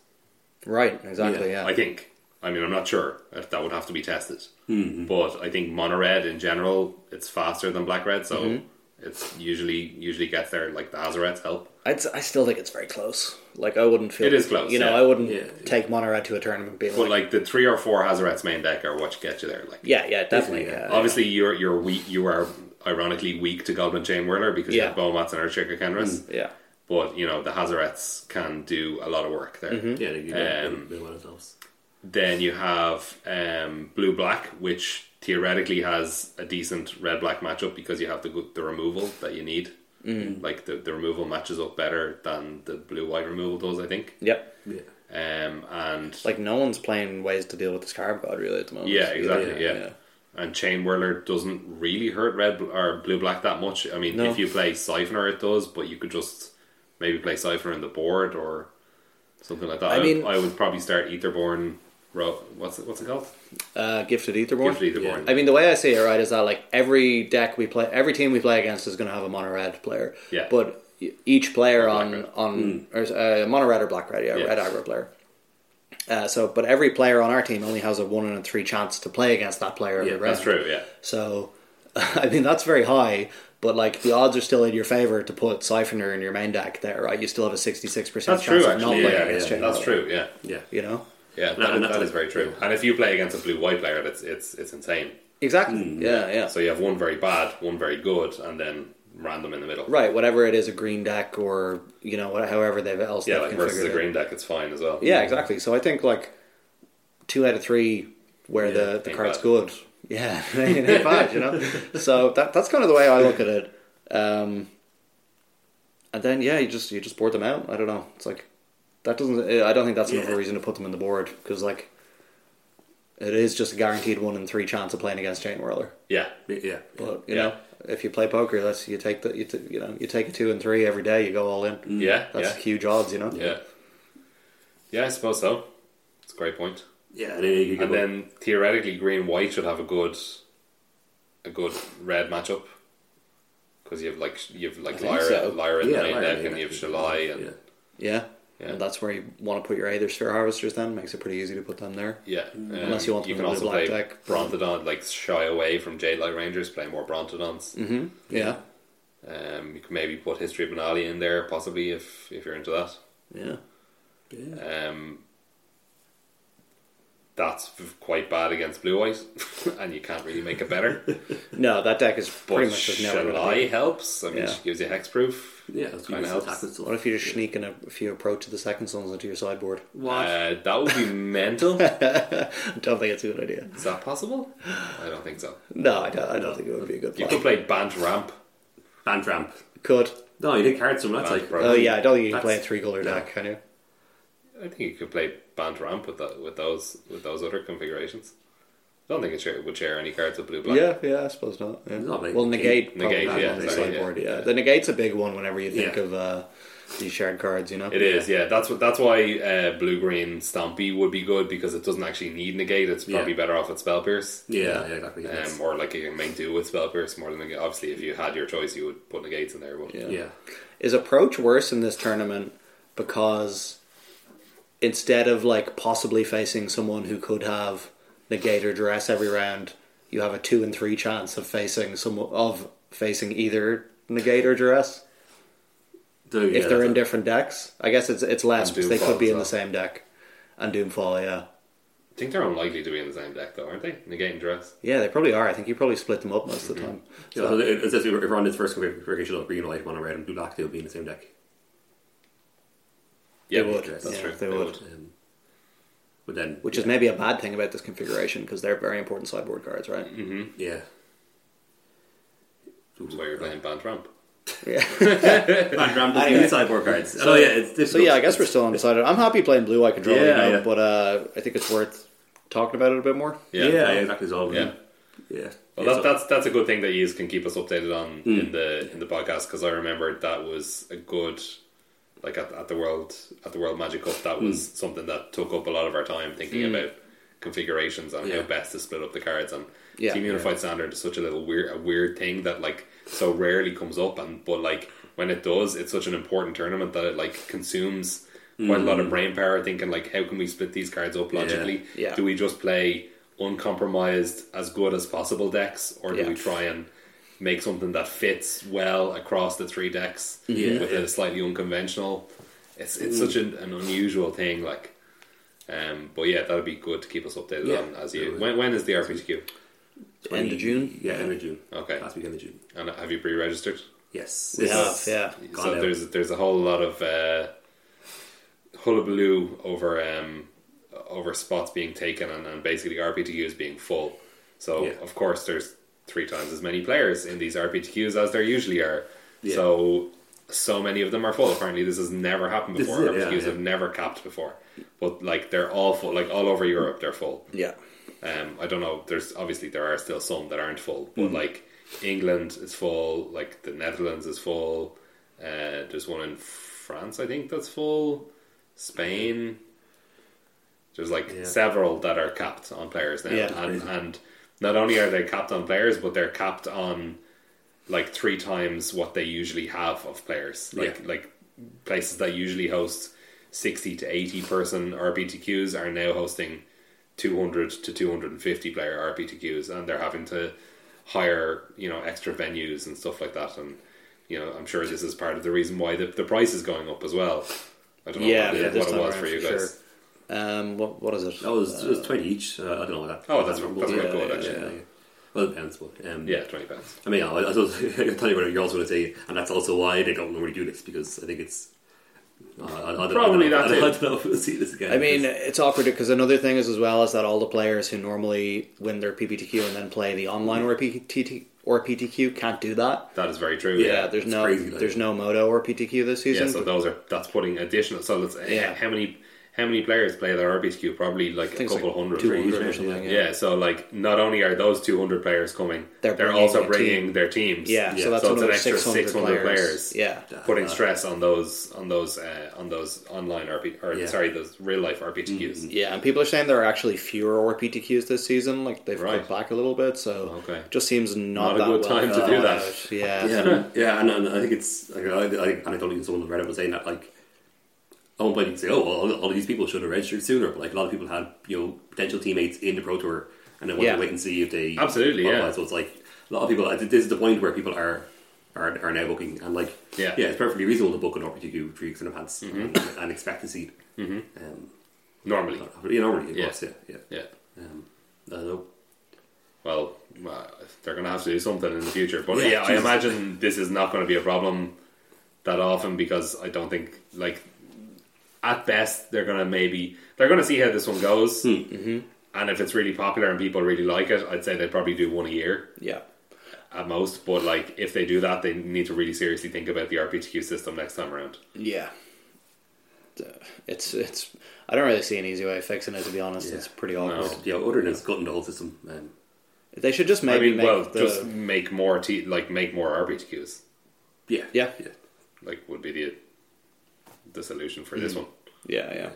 Right, exactly. Yeah, I think. I mean, I'm not sure if that would have to be tested, but I think mono red in general it's faster than black red, so it's usually usually gets there. Like the Azarets help. I'd, s- I still think it's very close. Like I wouldn't feel It is close, You know, yeah. I wouldn't Yeah. take mono red to a tournament. Being But like, like the three or four Hazarets main deck are what get you there. Like yeah, yeah, definitely. yeah. yeah. obviously you're you're weak. You are ironically weak to Goblin Chain Whirler because you Yeah. Mm. have Bowmats and Earthshaker Kenras. Yeah. But you know the Hazarets can do a lot of work there. Mm-hmm. Yeah, they do Um, blue white themselves. Then you have um, blue black, which theoretically has a decent red black matchup because you have the good, the removal that you need. Mm. Like the, the removal matches up better than the blue white removal does, I think. Yep. Yeah. Um, and Like no one's playing ways to deal with this carb god really at the moment. yeah, exactly, Yeah, yeah, yeah. And chain whirler doesn't really hurt red bl- or blue black that much. I mean, No. if you play siphoner, it does, but you could just maybe play siphoner in the board or something like that. I I, mean- would, I would probably start etherborn. Ro- what's it, what's it called? Uh, gifted etherborn. Gifted etherborn. I mean, the way I see it, right, is that like every deck we play, every team we play against is going to have a mono red player. Yeah. But e- each player on red. on or, uh, mono red or black red, yeah, Yeah. red aggro player. Uh, so, but every player on our team only has a one in a three chance to play against that player. every Yeah, That's round. true. Yeah. So, I mean, that's very high, but like the odds are still in your favor to put Siphoner in your main deck there, right? You still have a That's 66% chance true, of not actually. playing Yeah, against yeah, Chain that's Whirler, true. Yeah, Yeah. You know? yeah, No, that, and that's that a- is very true. And if you play against a blue-white player, that's it's it's insane. Exactly. Mm-hmm. yeah, yeah. So you have one very bad, one very good, and then random in the middle. right, whatever it is, a green deck or, you know, what- however they've else Yeah, they've like versus configured a it. green deck, it's fine as well. Yeah, exactly. So I think like two out of three where Yeah, the, the ain't card's bad. good. Yeah, ain't bad, you know? So that, that's kind of the way I look at it. Um, and then, yeah, you just you just board them out. I don't know. It's like, that doesn't, I don't think that's enough of a Yeah. reason to put them in the board because, like, it is just a guaranteed one in three chance of playing against Jane Whirler. yeah, Yeah. But you Yeah. know, if you play poker, that's you take the you, t- you know you take a two and three every day. You go all in. yeah, That's yeah. huge odds, you know. yeah, yeah. I suppose so. It's a great point. Yeah, and then you could And go- then theoretically, green white should have a good, a good red matchup because you have like you have like think Lyra, so. Lyra in yeah, the main Lyra, deck, yeah, and you have yeah. Shalai, and yeah. Yeah. Yeah. And that's where you want to put your either sphere harvesters. Then makes it pretty easy to put them there. Yeah, um, Unless you want you them can to also be black play deck. Brontodon, like shy away from Jade Light Rangers, play more Brontodons. Mm-hmm. Yeah. Um, you can maybe put History of Manali in there, possibly if if you're into that. Yeah. Yeah. Um, that's quite bad against blue white, and you can't really make it better. No, that deck is pretty But much just never. gonna Shalai helps. I mean, Yeah. she gives you hexproof. Yeah, it's Kinda useless helps. attack and stuff. be- What if you just sneak in a few approach to the second zones into your sideboard? What? Uh, that would be mental. I don't think it's a good idea. Is that possible? I don't think so. No, I don't, I don't think it would be a good You play. could play Bant Ramp. Band ramp. Could. No, you did cards from that's Band like Ramp. Oh, yeah, I don't think you can play That's- a three color no. deck, can you? I think you could play Bant Ramp with that, with those with those other configurations. I don't think it share, would share any cards with blue black. Yeah, yeah, I suppose not. Yeah. Not like well, negate, negate, probably yeah, on the sorry, yeah. sideboard. Yeah. the negate's a big one whenever you think Yeah. of uh, these shared cards. You know, It is, yeah. That's what. That's why uh, blue green Stompy would be good because it doesn't actually need negate. It's probably Yeah. better off with spell pierce, Yeah, yeah, exactly. That's- um, or like you can make do with spell pierce more than negate. Obviously, if you had your choice, you would put negates in there. But Yeah. yeah. Is approach worse in this tournament because instead of like possibly facing someone who could have negate or duress every round, you have a two and three chance of facing some of facing either negate or duress So, if yeah, they're in that's- different decks. I guess it's it's less And because they Doomfall could be as in the well. same deck. And Doomfall, yeah. I think they're unlikely to be in the same deck, though, aren't they? Negate and dress. Yeah, they probably are. I think you probably split them up most of the Mm-hmm. time. Yeah, so it, it says if we're on this first configuration of green, light, mono, red, and blue, black, they'll be in the same deck. Yeah, would, That's yeah, true. they would. Um, but then, Which is maybe a bad thing about this configuration because they're very important sideboard cards, right? Mm-hmm. yeah, That's why you're playing Bant Ramp. Yeah. Band ramp doesn't Anyway. need sideboard cards. So, yeah, it's difficult. So yeah, I guess we're still undecided. I'm happy playing blue eye control, you Yeah, know, yeah. but uh, I think it's worth talking about it a bit more. yeah, yeah, exactly. So, Yeah. yeah. Well, Yeah, that, so- that's that's a good thing that you can keep us updated on Hmm. in the in the podcast because I remember that was a good like at, at the world at the World Magic Cup Hmm. that was something that took up a lot of our time thinking about configurations and Yeah. how best to split up the cards and Yeah. Team Unified Standard is such a little weird a weird thing that like so rarely comes up and but like when it does it's such an important tournament that it like consumes quite a lot of brain power thinking like how can we split these cards up logically Hmm. Yeah. do we just play uncompromised, as good as possible decks, or do Yeah. we try and make something that fits well across the three decks Yeah, with yeah. a slightly unconventional? It's it's such an, an unusual thing, like. Um, but yeah, that'd be good to keep us updated Yeah. on as you. Absolutely. When, when is the RPTQ? End of June. Yeah, end of June. Okay. Last weekend of June. And have you pre-registered? Yes. We This have, is- yeah. Gone so out. there's there's a whole lot of uh, hullabaloo over um, over spots being taken and, and basically RPTQs being full. So Yeah. of course there's three times as many players in these RPTQs as there usually are. Yeah. So so many of them are full. Apparently this has never happened This is before. it, yeah, RPTQs yeah. have never capped before. But like they're all full. Like all over Europe they're full. Yeah, Um, I don't know. There's obviously there are still some that aren't full, Mm. but like England is full, like the Netherlands is full. Uh, there's one in France, I think, that's full. Spain. There's like Yeah. several that are capped on players now, Yeah. and and not only are they capped on players, but they're capped on like three times what they usually have of players. Like Yeah. like places that usually host sixty to eighty person RPTQs are now hosting two hundred to two hundred and fifty player RPTQs, and they're having to hire you know extra venues and stuff like that. And you know I'm sure this is part of the reason why the the price is going up as well. I don't know yeah. what, it- yeah what it was for you guys. Sure. Um, what what is it? That was, it was 20 each. Uh, I don't know what that Oh, that's- that that's quite good, actually. Well, it depends. But, um, Yeah, twenty pounds. I mean, I, I suppose I'll tell you what you're also going to say, and that's also why they don't normally do this because I think it's uh, I, I don't, Probably I don't, that's I it. don't know if we'll see this again. I mean, it's awkward because another thing is as well is that all the players who normally win their PPTQ and then play the online or PTT or PTQ can't do that. That is very true. Yeah, there's it's no crazy, like- there's no Moto or PTQ this season. Yeah, so those are that's putting additional. So that's Yeah. how many how many players play that RBQ? Probably like a Things couple like hundred. 200 or each, something. Yeah. so like not only are those two hundred players coming, They're they're, bringing also a bringing team. their teams. Yeah, so that's it's another an extra 600 six hundred players. players. Yeah. putting stress on those on those uh, on those online RP or Yeah. sorry those real life RPTQs. Mm-hmm. Yeah, and people are saying there are actually fewer RPTQs this season. Like they've Right. cut back a little bit, so Okay. it just seems not, Not a that good well time to thought do that. out. Yeah. yeah, yeah, and, and I think it's like, I, I, and I don't think someone on Reddit was saying that like. At one point, you can say, "Oh, well, all- all of these people should have registered sooner." But like a lot of people had, you know, potential teammates in the pro tour, and they want Yeah. to wait and see if they Absolutely, yeah. qualify. So it's like a lot of people. I think This is the point where people are are, are now booking, and like, Yeah. Mm-hmm. yeah, it's perfectly reasonable to book an RPTQ three weeks in advance and, and expect to see. it. Um, Normally, You know, really, Mm-hmm. it Yeah. was, yeah, yeah. yeah. Um, I don't know. Well, uh, they're going to have to do something in the future. But Yeah, yeah, I Jesus. imagine this is not going to be a problem that often because I don't think like at best they're going to maybe they're going to see how this one Hmm. goes. And if it's really popular and people really like it, I'd say they probably do one a year Yeah. at most. But like if they do that, they need to really seriously think about the RPTQ system next time around. Yeah. Uh, It's it's. I don't really see an easy way of fixing it. To be honest, Yeah. it's pretty awkward. No. Yeah, other than it's gutting the whole system. Um, They should just maybe I mean, make well, the just make more t- like make more RPTQs. yeah, Yeah. yeah. Like would be the the solution for Hmm. this one. yeah yeah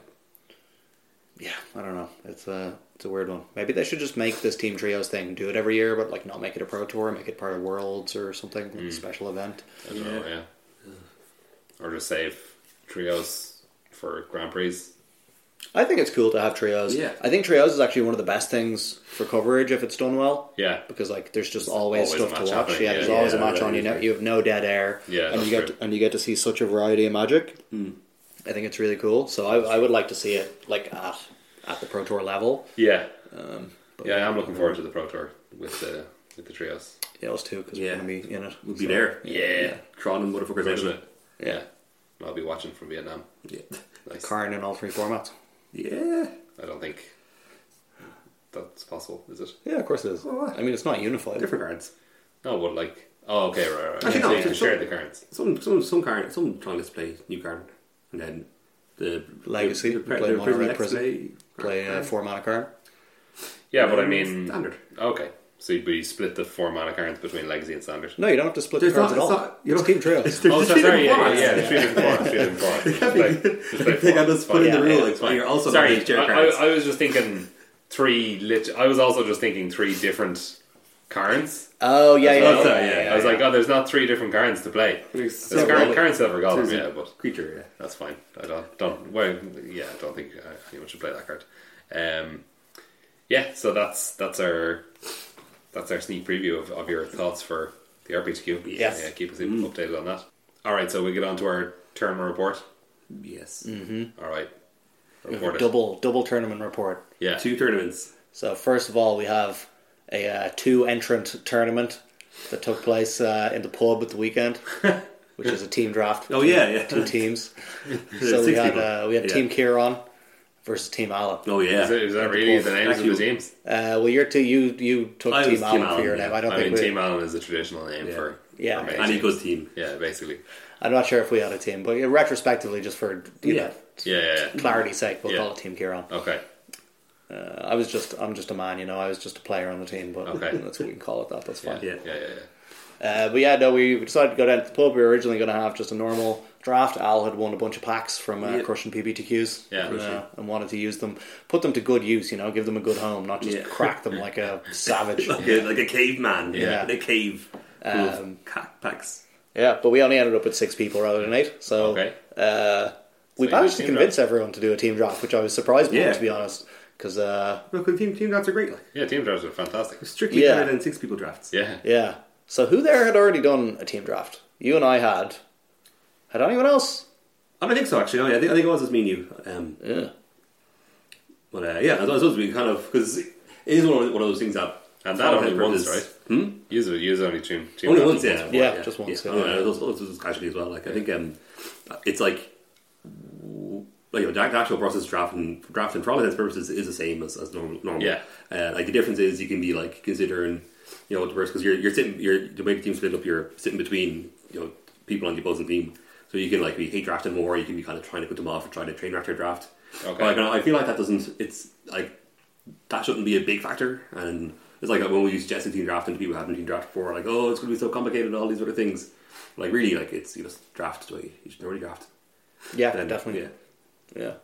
yeah. I don't know. It's a it's a weird one. Maybe they should just make this team trios thing. Do it every year, but like not make it a pro tour. Make it part of worlds or something, Mm. like a special event. I don't know, yeah. Oh, Or just save trios for Grand Prix. I think it's cool to have trios. Yeah. I think trios is actually one of the best things for coverage if it's done well. Yeah. Because like there's just always, always a stuff match to watch. happening, Yeah, yeah. there's always a Yeah, match that on. You is know, true. you have no dead air. Yeah, and that's you get true. To, and you get to see such a variety of magic. Hmm. I think it's really cool. So I, I would like to see it like at at the pro tour level. Yeah. Um, yeah, I'm looking forward to the Pro Tour with the with the trios. Yeah, us too because Yeah. we're gonna be in it. We'll be there. Yeah. Tron and motherfuckers out of Imagine it. it. Yeah. I'll be watching from Vietnam. Yeah. Nice. Karn in all three formats. Yeah. I don't think that's possible, is it? Yeah, of course it is. Well, I mean, it's not unified. Different cards. No, but like oh okay, right, right. Actually, so no, you can it's not- share the cards. Some some some card some Tron display new card. And then the Legacy, the, play the, the mono Prism red X prism, play, Play uh, card. four mana Karn. Yeah, but I mean Mm, standard. Okay. So you'd be split the four mana cards between legacy and standard. No, you don't have to split There's the cards not- at all. it's not- you it's don't- team trios. There's Oh, just so three sorry, yeah, different yeah, yeah, formats. it's three different formats, three different formats. Like, just I play think I formats. just put in Yeah, the yeah, rule it's like well, you're also Sorry, not share I, I, cards. I was just thinking three. Lit- I was also just thinking three different Karns. Oh yeah, yeah, yeah, That's what I it, uh, yeah, yeah, I was yeah. like, oh, there's not three different Karns to play. There's so Karn, well- Karn Silver Golem, There's yeah, a but creature, yeah. that's fine. I don't, don't. Well, yeah, I don't think uh, anyone should play that card. Um, yeah, so that's that's our that's our sneak preview of, of your thoughts for the RPTQ. Yes. Mm. yeah, keep us updated on that. All right, so we get on to our term report. Yes. All right, report it. double double tournament report. Yeah, Two tournaments. So first of all, we have a uh, two entrant tournament that took place uh, in the pub at the weekend, which is a team draft. Oh yeah, yeah. two teams. so we Six had people. uh, we had Yeah. Team Kieran versus Team Alan. Oh yeah. Is, it, is that really the names of the Actually- teams? Uh, well, you're two. You you took I was Team Team Alan for Alan, your yeah. name. I don't I think mean, we. Team Allen is a traditional name Yeah. for Yeah. for many And teams. equals team. Yeah, basically. I'm not sure if we had a team, but retrospectively, just for you Yeah. know Yeah, yeah, yeah. clarity's sake, we'll Yeah. call it Team Kieran. Okay. Uh, I was just I'm just a man, you know. I was just a player on the team, but Okay. that's what we can call it. That that's fine. Yeah, Yeah. yeah, yeah. Uh, but yeah, no, we decided to go down to the pub. We were originally going to have just a normal draft. Al had won a bunch of packs from uh, Yeah. Crushing PBTQs Yeah, and, Crushing. uh, and wanted to use them, put them to good use, you know, give them a good home, not just Yeah. crack them like a savage. Like, a, like a caveman. Yeah. In a cave. Um, Um, cat packs. yeah, but we only ended up with six people rather than eight. So Okay. uh, we So you managed did to team convince everyone to do a team draft, which I was surprised by, Yeah. to be honest. Because, uh, Look, the team team drafts are great. Like Yeah, team drafts are fantastic. strictly Yeah. better than six people drafts. Yeah. yeah. So who there had already done a team draft? You and I had. Had anyone else? I, don't think so. Actually, no, yeah, I think I think it was just me and you. Um, Yeah. but uh, yeah, I suppose we kind of because it is one of, one of those things that And that only content once, purpose- right? Hmm? Use, it- use only team, team Only drafts once, yeah. Yeah, just once, Yeah. yeah. Oh, yeah, those, those, those casually as well. Like I think um, it's like like you know, the actual process of drafting drafting for all intents and purposes is the same as, as normal. normal. Yeah. Uh, like the difference is you can be like considering you know what the worst because you're you're sitting you're the way the team split up you're sitting between you know people on the opposing team so you can like be hate drafting more you can be kind of trying to put them off or trying to train after draft. Okay. But, like, I feel like that doesn't it's like that shouldn't be a big factor. And it's like when we use Jesse team draft and people haven't team draft before, like, oh, it's going to be so complicated and all these other things. Like, really, like, it's, you just draft the way you should normally draft. Yeah, Then, definitely. Yeah. Uh, Yeah.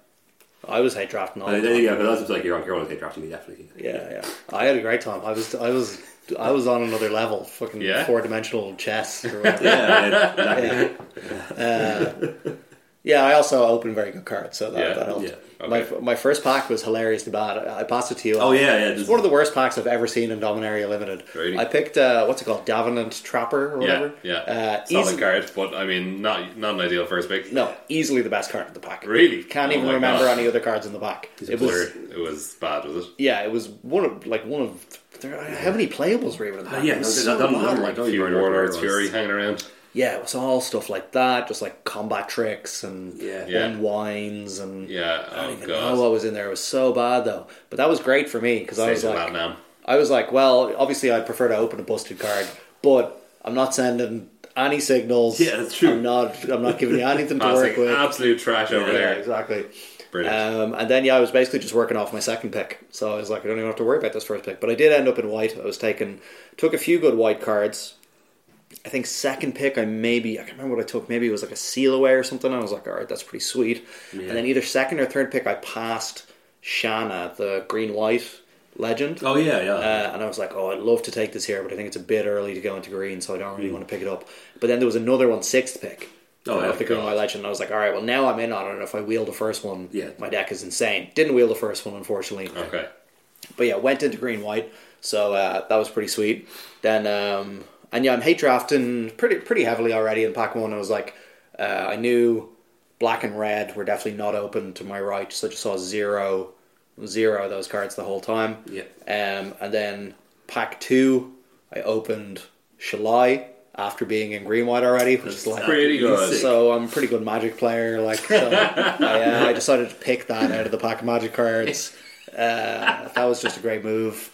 I was hate drafting all But the then, time. yeah, but that's just like, you're on, you're on the drafting, definitely. Yeah, yeah. I had a great time. I was, I was, I was on another level. Fucking Yeah? four dimensional chess. Or whatever. Yeah, yeah, exactly. Uh, Yeah, I also opened very good cards, so that, Yeah, that helped. yeah, okay. My my first pack was hilariously bad. I I passed it to you. Oh, yeah, yeah, It's this- one of the worst packs I've ever seen in Dominaria Limited. Really? I picked uh, what's it called, Davenant Trapper or Yeah, whatever. yeah. Uh, Solid easily, card, but I mean, not not an ideal first pick. no, easily the best card in the pack. Really? Can't Oh even my remember God. any other cards in the pack. He's a It was blur. It was bad, was it? yeah, it was one of like one of there, how many playables were even in the pack? Uh, yeah, It was that- so that- that- bad, that- like- that- A Oh, you few were- Warlord's you were- Fury hanging around. yeah, it was all stuff like that, just like combat tricks and Yeah. Yeah. unwinds and Yeah. I don't Oh even god. know what was in there. It was so bad though, but that was great for me because I was Sage of like, Latinam. I was like, well, obviously I'd prefer to open a busted card, but I'm not sending any signals. Yeah, that's true. I'm not. I'm not giving you anything to work Passing with. absolute trash over Yeah, there. exactly. Brilliant. Um, and then yeah, I was basically just working off my second pick, so I was like, I don't even have to worry about this first pick. But I did end up in white. I was taking took a few good white cards. I think second pick, I maybe I can't remember what I took. Maybe it was like a seal away or something. I was like, all right, that's pretty sweet. And then either second or third pick, I passed Shanna, the green white legend. Oh yeah, yeah. Uh, and I was like, oh, I'd love to take this here, but I think it's a bit early to go into green, so I don't really want to pick it up. But then there was another one, sixth pick. Hmm. Oh, of yeah, the Green God. White Legend. And I was like, all right, well, now I'm in on it. And if I wheel the first one, Yeah. my deck is insane. Didn't wheel the first one, unfortunately. okay. But yeah, went into green white, so uh, that was pretty sweet. Then um, and yeah, I'm hate drafting pretty pretty heavily already in pack one. I was like, uh, I knew black and red were definitely not open to my right, so I just saw zero zero of those cards the whole time. Yeah. Um, and then pack two, I opened Shalai after being in green white already, which is like Pretty good. Sick. so I'm a pretty good magic player. Like, so I, uh, I decided to pick that out of the pack of magic cards. Uh, that was just a great move,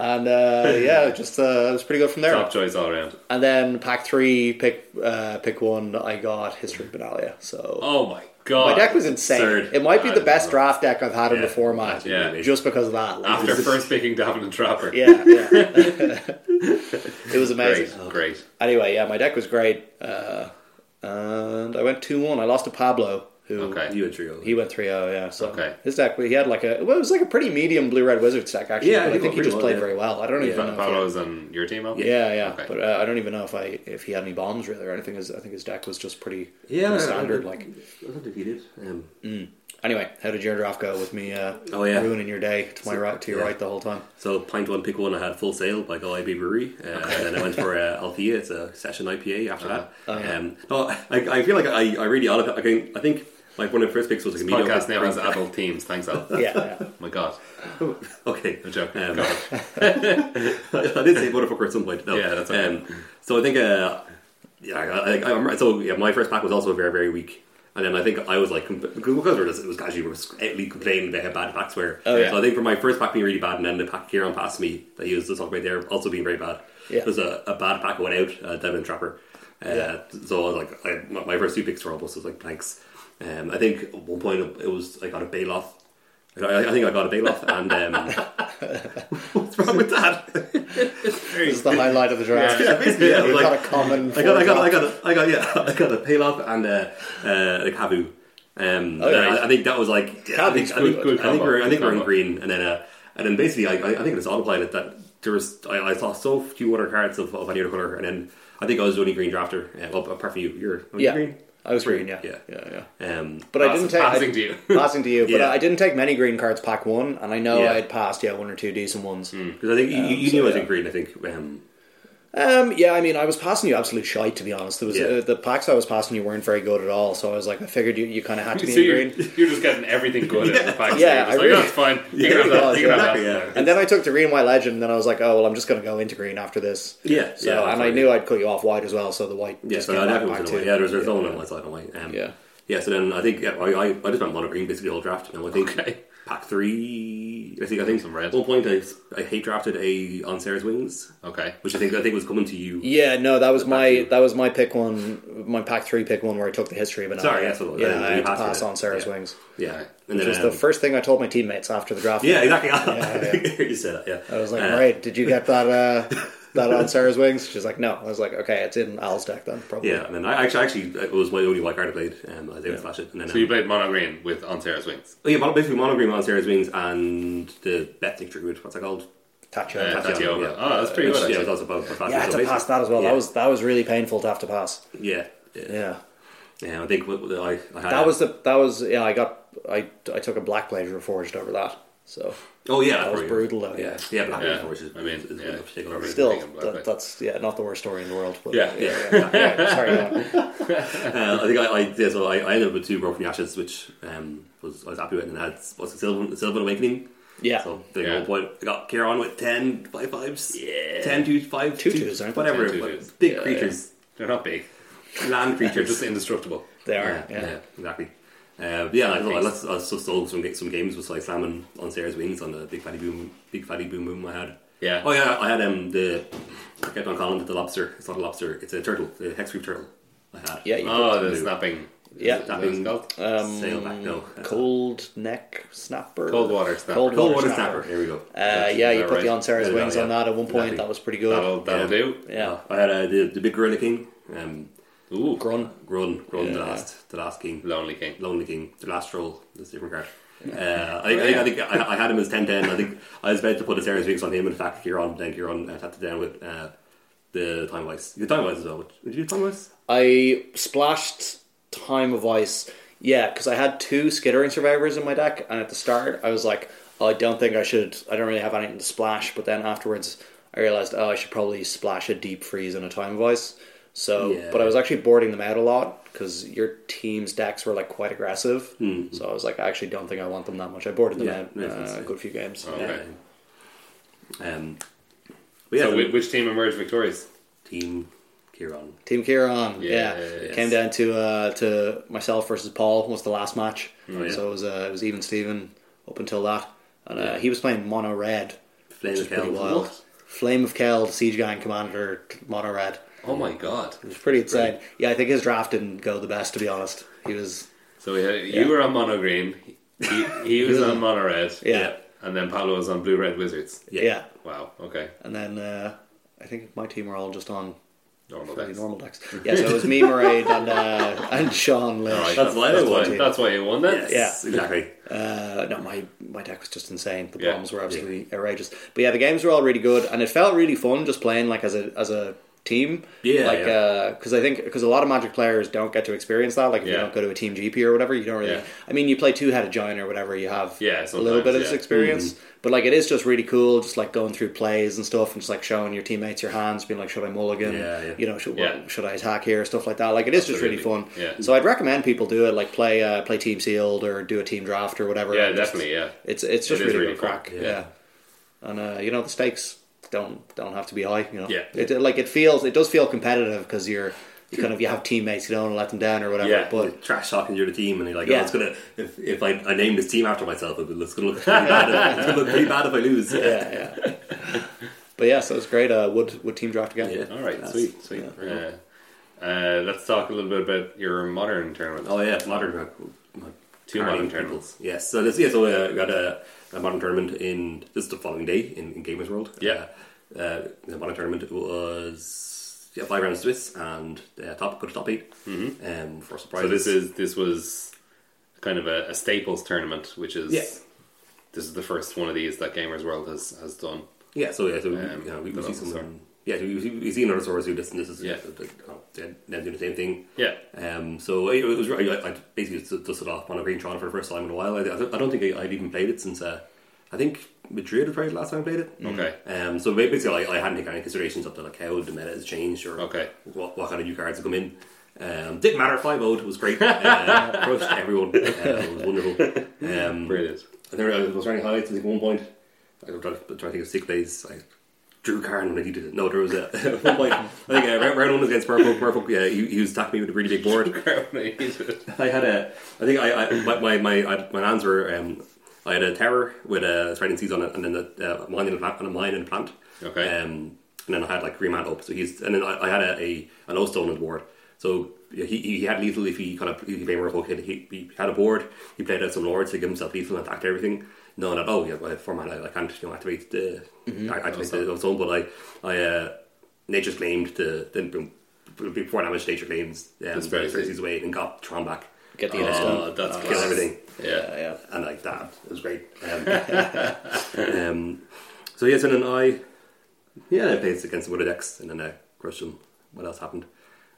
and uh, yeah, just uh, it was pretty good from there. Top choice all around. And then pack three, pick uh, pick one. I got history Benalia. So Oh my god. my deck was insane. absurd. It might be I the best know. draft deck I've had in the Yeah. format, Yeah. just because of that. Like, after first picking Davin and Trapper. yeah, yeah. it was amazing. Great. Great. Anyway, yeah, my deck was great, uh, and I went two one. I lost to Pablo, who Okay. you a trio. He went 3 0, yeah. So Okay. his deck, he had like a, well, it was like a pretty medium blue red wizard stack, actually. but Yeah, I I think think he it just was, played yeah. very well. I don't even know. if he- Paolo's on your team, Al? yeah, yeah. Okay. But uh, I don't even know if I if he had any bombs really or anything. His, I think his deck was just pretty, yeah, pretty I- standard. I, Like, I don't think he did. Um, anyway, how did your draft go with me? Uh, Oh, yeah. ruining your day to my right, to your yeah. right the whole time. So pint one, pick one. I had full sale by Guy B Brewery, uh, and then I went for uh, Althea. It's a session IPA. After Uh, that, um, no, I, I feel like I, I really out of I, think- I think like one of the first picks was like a medium. Podcast now has adult teams. Thanks, Al. Yeah, yeah. My god. okay, I'm joking. Um, God. I did say motherfucker at some point. No. Yeah, that's okay. Um, so I think, uh, yeah, I, I, I remember, so yeah, my first pack was also very, very weak. And then I think I was like, compl- because we were just, it was guys you were slightly complaining about how bad packs were. Oh, yeah. So I think for my first pack being really bad, and then the pack Kieran passed me that he was just talking about there also being very bad. Yeah. It was a, a bad pack went out, uh, Devin Trapper. Uh, So I was like, I, my- my first two picks were almost just like blanks. Um, I think at one point it was, I got a bailoff. I, I think I got a bailoff, and um, what's wrong with that? This is the highlight of the draft. Yeah, basically, yeah. We've like, got a common. I got, I got, four I drop. got, I got, yeah, I got a Palop and a, uh, a Kabu. Um, Okay. I, I think that was like, I think, Kabu's I think, good- good I think we're, I combo, think good we're in combo. green, and then, uh, and then basically, I, I I think it's autopilot that there was, I, I saw so few other cards of, of any other color, and then I think I was the only green drafter. Uh, well, apart from you, you're were you Yeah. green. I was green, yeah. Yeah. yeah, yeah. Um, But I didn't take I- Passing to you. Passing to you, but Yeah. I didn't take many green cards. Pack one, and I know Yeah. Hmm. I had passed yeah one or two decent ones. because I think you, you so, knew I was yeah. in green. I think. Um, Um, yeah, I mean, I was passing you absolute shite, to be honest. There was Yeah. uh, the packs I was passing you weren't very good at all, so I was like, I figured you, you kind of had to So be you're, in green. you're just getting everything good out of the pack. Yeah, so I you're really- just like, that's fine. You can have really that. was, You can have yeah. that. Yeah. And then I took the green and white legend, and then I was like, oh well, I'm just going to go into green after this. yeah, So yeah, and I sorry. knew I'd cut you off white as well, so the white Yeah, just so came I back definitely back was to in you. Yeah, there was, there was no one on my side on my. Um, Yeah. Yeah, so then I think yeah, I, I, I just went mono green basically the whole draft. And I think Okay. pack three. I think I think Some red. At one point I, I hate drafted a on Sarah's wings, Okay. which I think I think was coming to you. Yeah, no, that was my two. that was my pick one, my pack three pick one where I took the history of an Sorry, hour. that's what it was. yeah, Yeah, I you had to passed pass it. on Sarah's Yeah. wings. yeah. And It then was um, the first thing I told my teammates after the draft. yeah, exactly. yeah, you said that. Yeah, I was like, Uh, right, did you get that uh, that on Sarah's wings? She's like, no. I was like, okay, it's in Al's deck then, probably. Yeah, and then I actually actually it was my only white card I played. Um, I was able to flash it, and then So you um, played mono green with on Sarah's wings. oh, yeah, mono- basically mono green on Sarah's wings and the Bethnic druid. What's that called? Tacho. Uh, Tatiana, Tatiana. yeah. Oh, that's pretty Which, good. yeah, Actually. it was also about Yeah, I had to pass that as well. Yeah. That was that was really painful to have to pass. yeah, yeah. Yeah. Yeah, I think what, what I, I had That was the that was yeah. I got I I took a black pleasure forged over that. So oh yeah, that was probably- brutal though. Yeah, yeah, Black Yeah. Mirror, which is I mean, is one yeah. of the particular- I mean- Still, Thinking black that, light. that's yeah, not the worst story in the world. But Yeah. Yeah, yeah, yeah, sorry. yeah. uh, I think I, I yeah, so I, I ended up with two broken ashes, which um, was I was happy with, and had was it Sylvan, Sylvan Awakening. Yeah. So the Yeah. yeah. point I got Kieran with 10 by fives. Yeah. 10 two five Two twos, aren't they? whatever. Ten two but twos. Big Yeah, creatures, They're not big. land They're creatures. just indestructible. they yeah, are. yeah. Yeah. exactly. Uh, but yeah, I don't know, I, Beast. lost- I also stole some ga- some games with like salmon on Sarah's wings on the big fatty boom, big fatty boom boom I had. Yeah. Oh yeah, I had um the I kept on calling it the lobster. It's not a lobster. It's a turtle, the hex reef turtle. I had. Yeah, you- Oh, the Blue. snapping. Yeah. Is that what it's called? Um, Sailback, no. Cold neck snapper. Cold water snapper. Cold Cold water, water snapper. snapper. Here we go. Uh, yeah, Is you that put the right? on Sarah's Yeah, wings yeah. on that at one point. Exactly. That was pretty good. That'll, that'll Yeah. do. yeah, I had uh, the the big gorilla king. Um, Ooh. Grun. Grun, Grun, the Yeah. last, the last king, Lonely King. Lonely King, the last troll. That's a different card. Uh, I, think I think I, think I, I had him as 10-10. I think I was about to put a series weeks on him. In fact, Kieran, then Kieran uh, tapped it down with uh, the time wise. The time wise as well. Would you do time wise? I splashed Time of Ice. Yeah, because I had two Skittering Survivors in my deck, and at the start, I was like, oh, I don't think I should. I don't really have anything to splash. But then afterwards, I realized, oh, I should probably splash a Deep Freeze and a Time of Ice. So, Yeah. but I was actually boarding them out a lot because your team's decks were like quite aggressive. So I was like, I actually don't think I want them that much. I boarded them Hmm. Yeah, out makes uh, sense, a good few games. Okay. Um, but yeah, So, so whi- which team emerged victorious? team Kieran. Team Kieran, yeah, Yes. came down to uh, to myself versus Paul was the last match, Oh, yeah. so it was uh, it was even Steven up until that, and uh, he was playing mono red, Flame which of is pretty Kells. wild. What? Flame of Keld, Siege Gang Commander, t- mono red. Oh my god. It was pretty insane. Yeah, I think his draft didn't go the best to be honest. He was So, we had, you were on mono green, he, he was on mono red, yeah and then Pablo was on blue red wizards. yeah, Wow, okay. and then uh, I think my team were all just on Normal pretty decks. normal decks. Yeah, so it was me, Maraid, and uh, and Sean Lynch. Right, That's why they won. why, that's why you won that? Yes, exactly. Uh, no, my, my deck was just insane. The Yeah. bombs were absolutely outrageous. But yeah, the games were all really good, and it felt really fun just playing like as a as a team. Yeah, like yeah. because I think because a lot of Magic players don't get to experience that. Like if you Yeah. don't go to a team GP or whatever, you don't really. Yeah. I mean, you play two headed giant or whatever, you have Yeah, a little bit sometimes, of this yeah. Mm-hmm. experience. But like it is just really cool, just like going through plays and stuff, and just like showing your teammates your hands, being like, should I mulligan? Yeah, yeah. You know, should Yeah. should I attack here? Stuff like that. Like it is just really Absolutely. fun. Yeah. So I'd recommend people do it, like play uh, play team sealed or do a team draft or whatever. Yeah, And just- definitely, yeah. It's it's just It is really, really good fun, crack. Yeah. yeah. and uh, you know the stakes don't don't have to be high. You know, Yeah. It, it- like it feels it does feel competitive because you're you kind of you have teammates you don't want to let them down or whatever. Yeah. But trash talking you're the team and you're like, Yeah. oh, it's gonna if, if I, I name this team after myself, it- it's gonna look pretty bad. It's gonna look pretty bad if I lose. yeah, yeah. but yeah, so it's great. Uh, would would team draft again? Yeah. All right, That's- sweet, sweet. Uh, uh, let's talk a little bit about your modern tournament. Oh yeah, modern uh, my Two party modern peoples. tournaments. Yes, so this yeah, so uh, we got a, a modern tournament in this is the following day in, in Gamers World. Yeah. uh, uh, the modern tournament was yeah five rounds Swiss and uh, top got a top 8 um, for Mm-hmm. surprise. So this is this was kind of a, a staples tournament, which is Yeah. this is the first one of these that Gamers World has has done. yeah, so yeah, so we- Um, you know, we, the we see local store. some. Yeah, we, we we see another source who does this. Is, Yeah. oh, they're they're doing the same thing. Yeah, Um, so it was I, I basically just dusted off on a green Toronto for the first time in a while. I, I don't think I, I'd even played it since uh, I think Madrid was probably the last time I played it. Okay. Um, so ba- basically, I, I hadn't taken any considerations up to like how the meta has changed or Okay. what, what kind of new cards have come in. Um, didn't matter. Five old was great. Uh, crushed everyone. Uh, it was wonderful. Um, brilliant. I think I was running highlights. I think at one point, I was trying to trying to think of sick plays. I drew Karen when I needed it. No, there was a at one point. I think uh, round- round one was against Purple. Purple, yeah, he, he was attacking me with a really big board. I had a. I think I, I my my my, I, my hands were. Um, I had a terror with a threatening seas on it, and then the, uh, mine and a plant, and a mine and a plant. Okay. Um, and then I had like Greenman up, so he's, and then I, I had a, a an O stone on the board. So yeah, he, he had lethal if he kind of if he made more hook hit. He, he had a board. He played out some lords to give himself lethal and attacked everything. No, not oh yeah, well, four man. I, I can't you know activate the I activate the O stone, but I I uh, nature's claimed the then before damage nature claims um, That's very Cersei's away and got Tron back. Get the Uh, instant. that's kill everything Yeah. yeah, Uh, yeah. and like that. It was great. Um, um, so yes, and then I, yeah, I played against some other decks, and then I crushed them. uh, What else happened?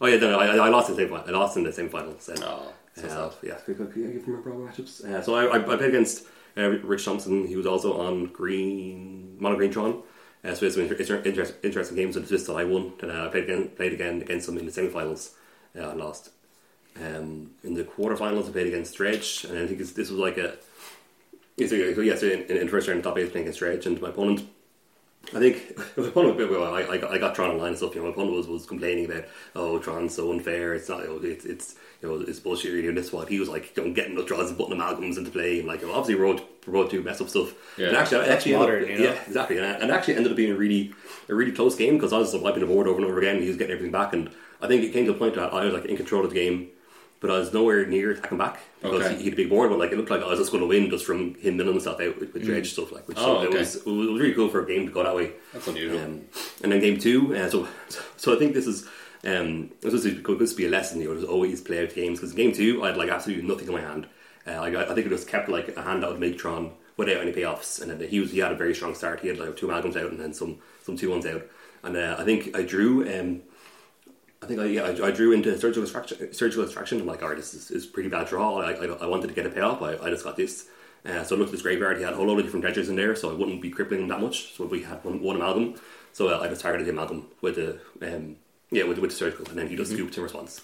Oh yeah, no, I, I lost in the same final. I lost in the same final. So, Oh, so uh, sad. yeah, can you- can you give them a problem matchups? Uh, so I, I, I played against uh, Rich Thompson. He was also on Green Mono Green Tron. Uh, so it's some inter- inter- interesting games. So it's just that I won, and uh, I played again, played again against him in the semifinals uh, and lost. Um, in the quarterfinals, I played against Dredge, and I think it's, this was like a. It's like, so yes, in, in first round, top eight playing against Dredge, and my opponent I think my opponent, well, I, I, got, I got Tron online and stuff. You know, my opponent was, was complaining about, oh, Tron's so unfair. It's not, you know, it's, it's, you know, it's bullshit. You're doing this, what he was like, you know, getting the Tron's and putting amalgams into play, and like, you know, obviously, we're all, we're all doing messed up stuff. Yeah. And actually, I actually, modern, ended up- you know? yeah, exactly. And, I, and actually, ended up being a really, a really close game because I was just wiping the board over and over again. And he was getting everything back, and I think it came to a point that I was like in control of the game, but I was nowhere near attacking back because Okay. he, he had a big board. But like, it looked like I was just going to win just from him milling himself out with, with dredge stuff, like, which Oh, so it okay. was it was really cool for a game to go that way. That's unusual. Um, and then game two, uh, so so I think this is um, this is going to be a lesson. You know, just always play out games because game two, I had like absolutely nothing in my hand. Uh, I, got- I think I just kept like a hand that would make Tron without any payoffs, and then he was he had a very strong start. He had like two amalgams out and then some some two ones out, and uh, I think I drew. Um, I think I, yeah, I, I drew into surgical extraction. Surgical extraction. I'm like, all right, this is, is pretty bad draw. I, I, I wanted to get a payoff. I, I just got this. Uh, so I looked at his graveyard. He had a whole load of different treasures in there, so I wouldn't be crippling him that much. So we had one, one amalgam. So uh, I just targeted the amalgam with the um, yeah with, with the surgical, and then he just scooped in response.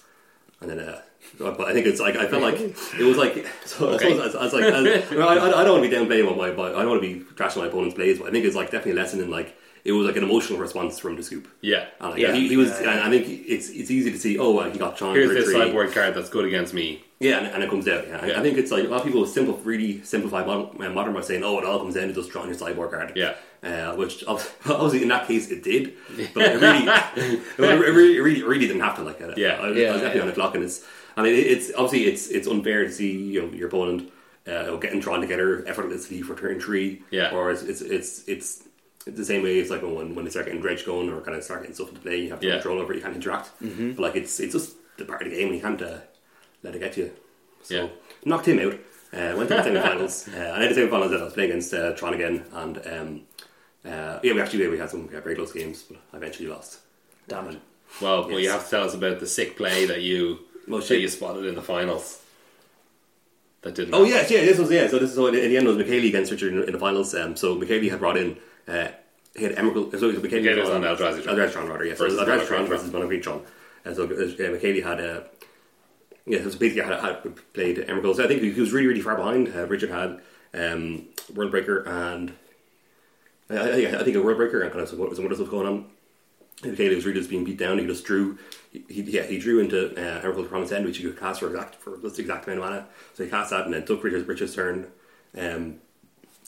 And then, uh, so- but I think it's like I felt like it was like so I, Okay. was, I was like I, I, I- I don't want to be downplaying on my, my I don't want to be trashing my opponent's plays, but I think it's like definitely a lesson in like it was like an emotional response from the scoop. Yeah. And like, Yeah. he, he was. And I think it's it's easy to see. Oh, well, he got John. Here's for this three. sideboard card that's good against me. Yeah, and, and it comes out. Yeah. I- I think it's like a lot of people simple, really simplify modern, uh, modern by saying, "Oh, it all comes down to just drawing your sideboard card." Yeah. Uh, which ob- obviously in that case it did, but it really, it really, it really, really, really didn't have to like that. Yeah. I, I was Yeah, definitely yeah. on the clock, and it's and it, it's obviously it's it's unfair to see you know, your opponent uh, getting drawn together effortlessly for turn three. Yeah. or it's it's it's, it's the same way it's like when when they start getting dredge going or kind of start getting stuff into play, you have to Yeah. control over it, you can't interact. Mm-hmm. But like it's it's just the part of the game, and you can't uh, let it get to you. So Yeah. knocked him out. Uh, went to the semi-finals. uh, and in the semi-finals, I was playing against uh, Tron again, and um, uh, yeah, we actually we had some uh, very close games, but I eventually lost. Damn it. Well, well, you Yes. have to tell us about the sick play that you Well, that shit. you spotted in the finals. That didn't. Oh yes, yeah, this was yeah. So this is so in in the end it was McKaylee against Richard in, in the finals. Um, so McKaylee had brought in uh, he had Emrakul. So McKaylee McKaylee was on Eldrazi Tron. Eldrazi rather. Yes, Versus Eldrazi Monogreen Tron. Tron versus Monogreen Tron. And so uh, McKaylee had uh, yeah, so basically had, had played Emrakul. So I think he was really really far behind. Uh, Richard had um, Worldbreaker and I, I, I think a Worldbreaker and kind of some, some other stuff going on. Kaylee was really just being beat down. He just drew, he, he, yeah, he drew into uh, Oracle Promise End, which he could cast for exact for this exact amount of mana. So he cast that and then took Richard's, Richard's turn. Um,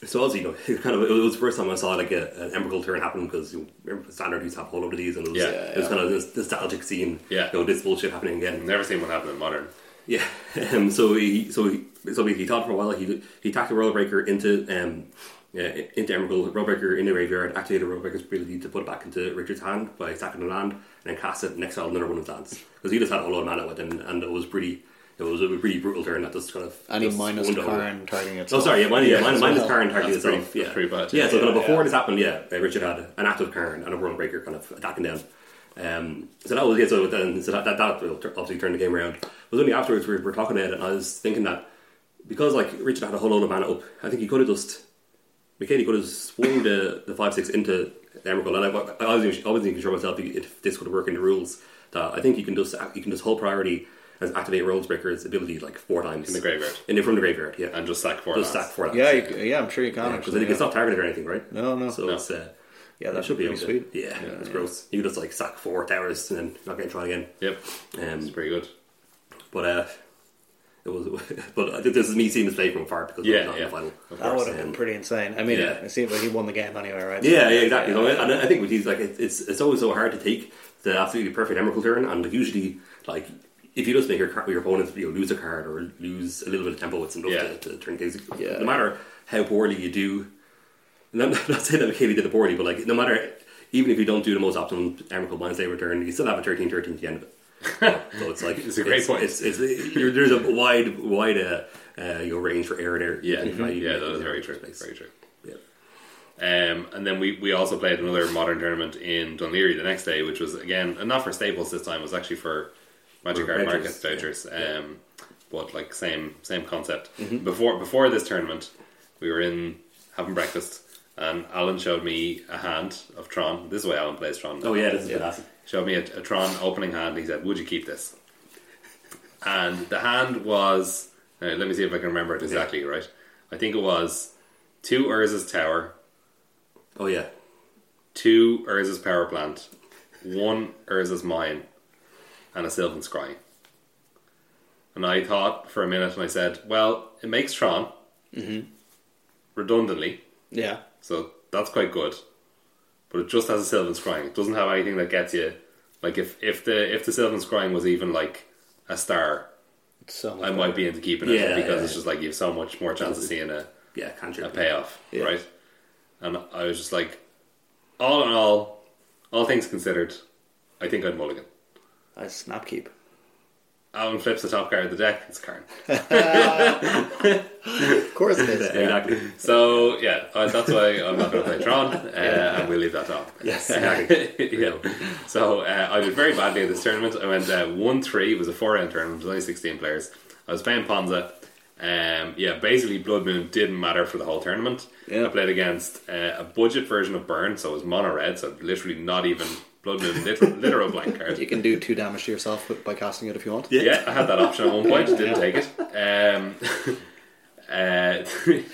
so obviously, you know, kind of it was the first time I saw like a, an Emrakul turn happen because you know, standard used to have a whole lot of these, and it was, Yeah, it was kind of this nostalgic scene. Yeah. you know, this bullshit happening again. I've never seen what happened in modern. Yeah. Um, so he so he so he thought for a while. He he attacked the Royal Breaker into um yeah, into Emrakul, Royal Breaker in the graveyard, activated Royal Breaker's ability to put it back into Richard's hand by attacking the land, and then cast it next out another one of his lands because he just had a lot of mana with him, and it was pretty. It was a pretty brutal turn that just kind of Any just minus owned the whole- Karn targeting itself. Oh, sorry, yeah, mine, yeah, Yeah, mine, as mine is well. Karen targeting That's pretty- itself. Yeah, that's pretty bad, Yeah, so kind of yeah, before yeah. this happened, yeah, uh, Richard had an active Karen and a world breaker kind of attacking down. Um, so that was yeah. So then, so that that, that will tur- obviously turned the game around. It was only afterwards we were talking about it, and I was thinking that because like Richard had a whole load of mana up, I think he could have just McKinney could have swung the, the 5 6 into Emrakul, and I, I wasn't even, I wasn't even sure myself if this would work in the rules. That I think you can just you can just hold priority as activate Rollsbreaker's ability like four times In the graveyard. in the, from the graveyard, yeah, And just sack four. just lands. stack four lands. Yeah, you, c- yeah, I'm sure you can. because I actually, think yeah. it's not targeted or anything, right? No, no. So No. it's uh, yeah, that that should be able to- sweet. Yeah, it's gross. You just like sack four towers and then not get try again. Yep. It's Um, pretty good. but uh, it was. But I think this is me seeing this play from far because Yeah, I'm not yeah. in the final. um, Of That course. would have been pretty insane. I mean, Yeah. I see, but he won the game anyway, right? Yeah, yeah, exactly. So I- and I think with these, like, it's it's it's always so hard to take the absolutely perfect Emrakul turn, and like, usually, like, if you just make your car- your opponent you know, lose a card or lose a little bit of tempo, it's enough Yeah. to, to turn things. Yeah. No matter how poorly you do, and I'm not saying that McKaylee did it poorly, but like, no matter even if you don't do the most optimum Emrakul Wednesday return, you still have a 13-13 at the end of it. so it's like It's a great point. It's, it's, you're- there's a wide wide uh, uh, you know, range for error there. Yeah. How you Mm-hmm. Yeah, make that it was in very the true. first place. Very true. Yeah. Um, and then we, we also played another modern tournament in Dunleary the next day, which was again and not for staples this time. It was actually for Magic For Card vouchers, Market vouchers. Um, but like same same concept. Mm-hmm. Before before this tournament, we were in having breakfast, and Alan showed me a hand of Tron. This is why Alan plays Tron. now Oh yeah, this is fantastic. showed me a, a Tron opening hand. He said, "Would you keep this?" And the hand was uh, let me see if I can remember it exactly. Right, I think it was two Urza's Tower, Oh yeah, two Urza's Power Plant, one Urza's Mine, and a Sylvan Scrying. And I thought for a minute, and I said, "Well, it makes Tron Mm-hmm. redundantly." Yeah. So that's quite good. But it just has a Sylvan Scrying. It doesn't have anything that gets you like if, if the if the Sylvan Scrying was even like a star, It's so much I better. might be into keeping it Yeah, because yeah. it's just like you have so much more chance of seeing a, yeah, conjure. a payoff, right? And I was just like all in all, all things considered, I think I'd mulligan. I snap keep. Alan flips the top card of the deck, it's Karn. Of course it is. Yeah, exactly. So yeah, uh, that's why I'm not going to play Tron, uh, and we'll leave that off. Yes, yeah. So uh, I did very badly at this tournament. I went uh, one three. It was a four round tournament. It was only sixteen players. I was playing Ponza. Um, yeah, basically Blood Moon didn't matter for the whole tournament. Yeah. I played against uh, a budget version of Burn, so it was mono red, so literally not even Blood Moon, literal, literal blank card. You can do two damage to yourself by casting it if you want. Yeah. Yeah, I had that option at one point, didn't take it. Um, uh,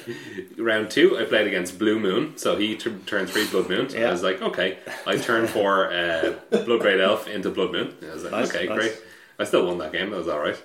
round two, I played against Blue Moon, so he tur- turned three Blood Moon. I Yeah. was like, okay, I turned four uh, Blood Braid Elf into Blood Moon. I was like, Nice, okay, nice. great. I still won that game. That was all right.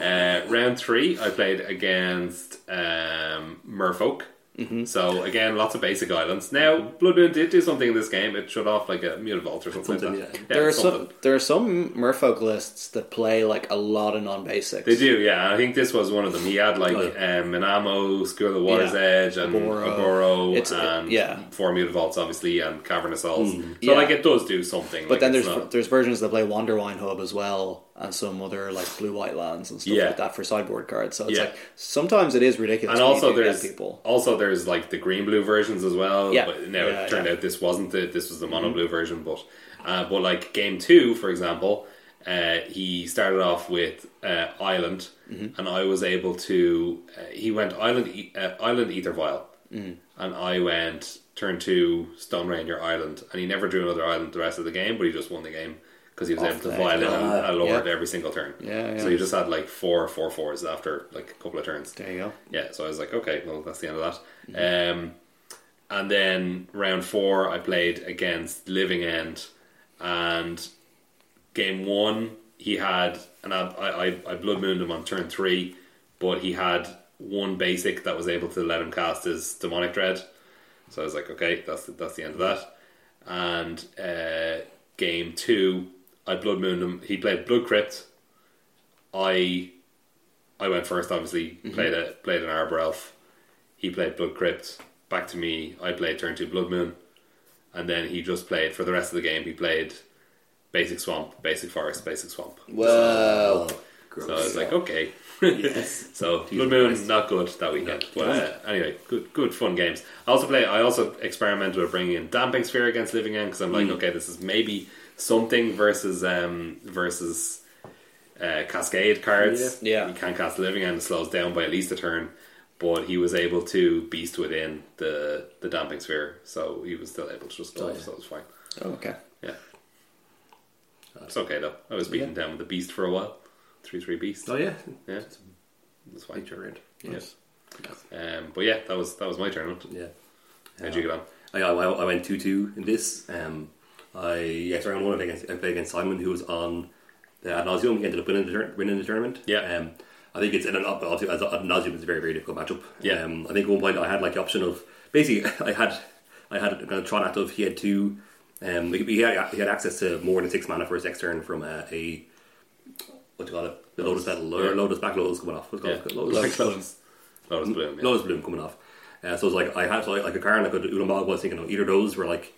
Uh, round three, I played against um, Merfolk. Mm-hmm. So again, lots of basic islands. Now, Blood Moon did do something in this game. It shut off like a mute vault or something. Something, like that. yeah. there are something. some there are some Merfolk lists that play like a lot of non basics. They do, yeah. I think this was one of them. He had like Oh, um, Minamo, School of the Water's Yeah. Edge, and Aboro. Aboro, It's- and yeah. Mm. Four Muted Vaults, obviously, and Cavernous Souls. so, Yeah. like, it does do something. But then there's not, there's versions that play Wanderwine Hub as well, and some other like blue white lands and stuff Yeah. like that for sideboard cards. So it's Yeah. like sometimes it is ridiculous. and when you also do get there's people. also there's like the green blue versions as well. Yeah. But now Yeah, Mm-hmm. it turned yeah. out this wasn't it. This was the mono blue version. But uh, but like game two, for example, uh, he started off with uh, Island, Mm-hmm. and I was able to. Uh, he went Island E- uh, Island Ether Vial, Mm-hmm. and I went turn two Stone Ranger Island, and he never drew another island the rest of the game, but he just won the game. Because he was able to the violate Ah, a lord Oh, yeah. every single turn, Yeah, so yeah. he just had like four four fours after like a couple of turns. There you go. Yeah, so I was like, okay, well, that's the end of that. Um, and then round four, I played against Living End, and game one, he had, and I, I, I- I blood mooned him on turn three, but he had one basic that was able to let him cast his demonic dread. So I was like, okay, that's the, that's the end of that. And uh, game two, I blood mooned him. He played Blood Crypt. I I went first, obviously. Played a played an Arbor Elf. He played Blood Crypt. Back to me. I played turn two Blood Moon, and then he just played for the rest of the game. He played basic Swamp, basic Forest, basic Swamp. Uh, Well, gross. So I was like, okay. yes. So Jesus Blood Moon Christ. not good that weekend. No. But uh, anyway, good good fun games. I also play. I also experimented with bringing in Damping Sphere against Living End because I'm Mm. like, okay, this is maybe something versus um versus uh, Cascade cards. Yeah. Yeah. you can't cast Living End. It slows down by at least a turn. But he was able to beast within the the Damping Sphere, so he was still able to just blow Oh, up, yeah. So it was fine. oh, okay. Yeah. It's okay though. I was beaten down with the beast for a while. Three three beast. Oh yeah, Yeah. It's fine. nature round. Yes. Um, but yeah, that was that was my tournament. Yeah. How'd you get on? I, I, I went two two in this. Um, I yes, round one I played against, I played against Simon, who was on the ad nauseum. He ended up winning the, tur- winning the tournament. Yeah. Um, I think it's and uh, obviously as ad nauseum is a very very difficult matchup. Yeah. Um, I think at one point I had like the option of basically I had I had kind of Tron active. He had two. Um, he, he had he had access to more than six mana for his next turn from uh, a what do you call it? The Lotus Petal or Yeah. Lotus Back Lotus coming off. What's it Yeah. called? Lotus Bloom. Lotus Bloom. Yeah. Lotus Bloom coming off. Uh, so it's like I had so like, like a car and like a Ulamog was thinking, you know, either of those were like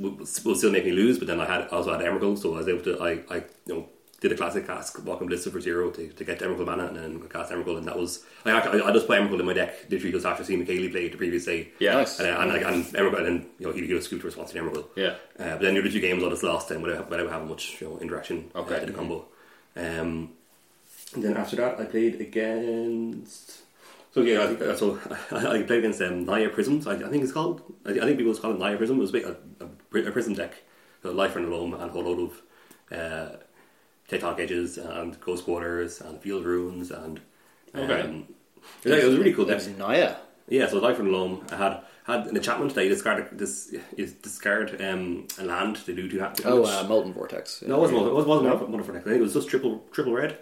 will will still make me lose, but then I had I also had Emrakul, so I was able to I, I you know did a classic cast Welcome Blister for zero to, to get Emerald Mana and then cast Emerald, and that was I actually I, I just play Emerald in my deck literally just after seeing McKaylee play the previous day. Yeah. Nice. And, I- and, like, and Emerald, and you know, he, he was scooped response to Emerald. Yeah. Uh, but then the other two games, I just lost and without, without having much you know, interaction Okay. uh, to the combo. Um, and then after that, I played against. So yeah, I think uh, so. I played against um, Naya Prisms. I, I think it's called. I, I think people call it Naya Prism. It was a, bit- a, a, pri- a prism deck, so life and loam and a whole load of uh, TikTok edges and ghost quarters and field runes and. Um, Okay. yeah, it was a really cool That deck. was Naya. Yeah, so life from loam. I had had an enchantment that you discard this is discard um, a land to do two ha- two Oh, damage. uh, Molten Vortex. no, it wasn't. It wasn't no. wonderful. I think it was just triple triple red.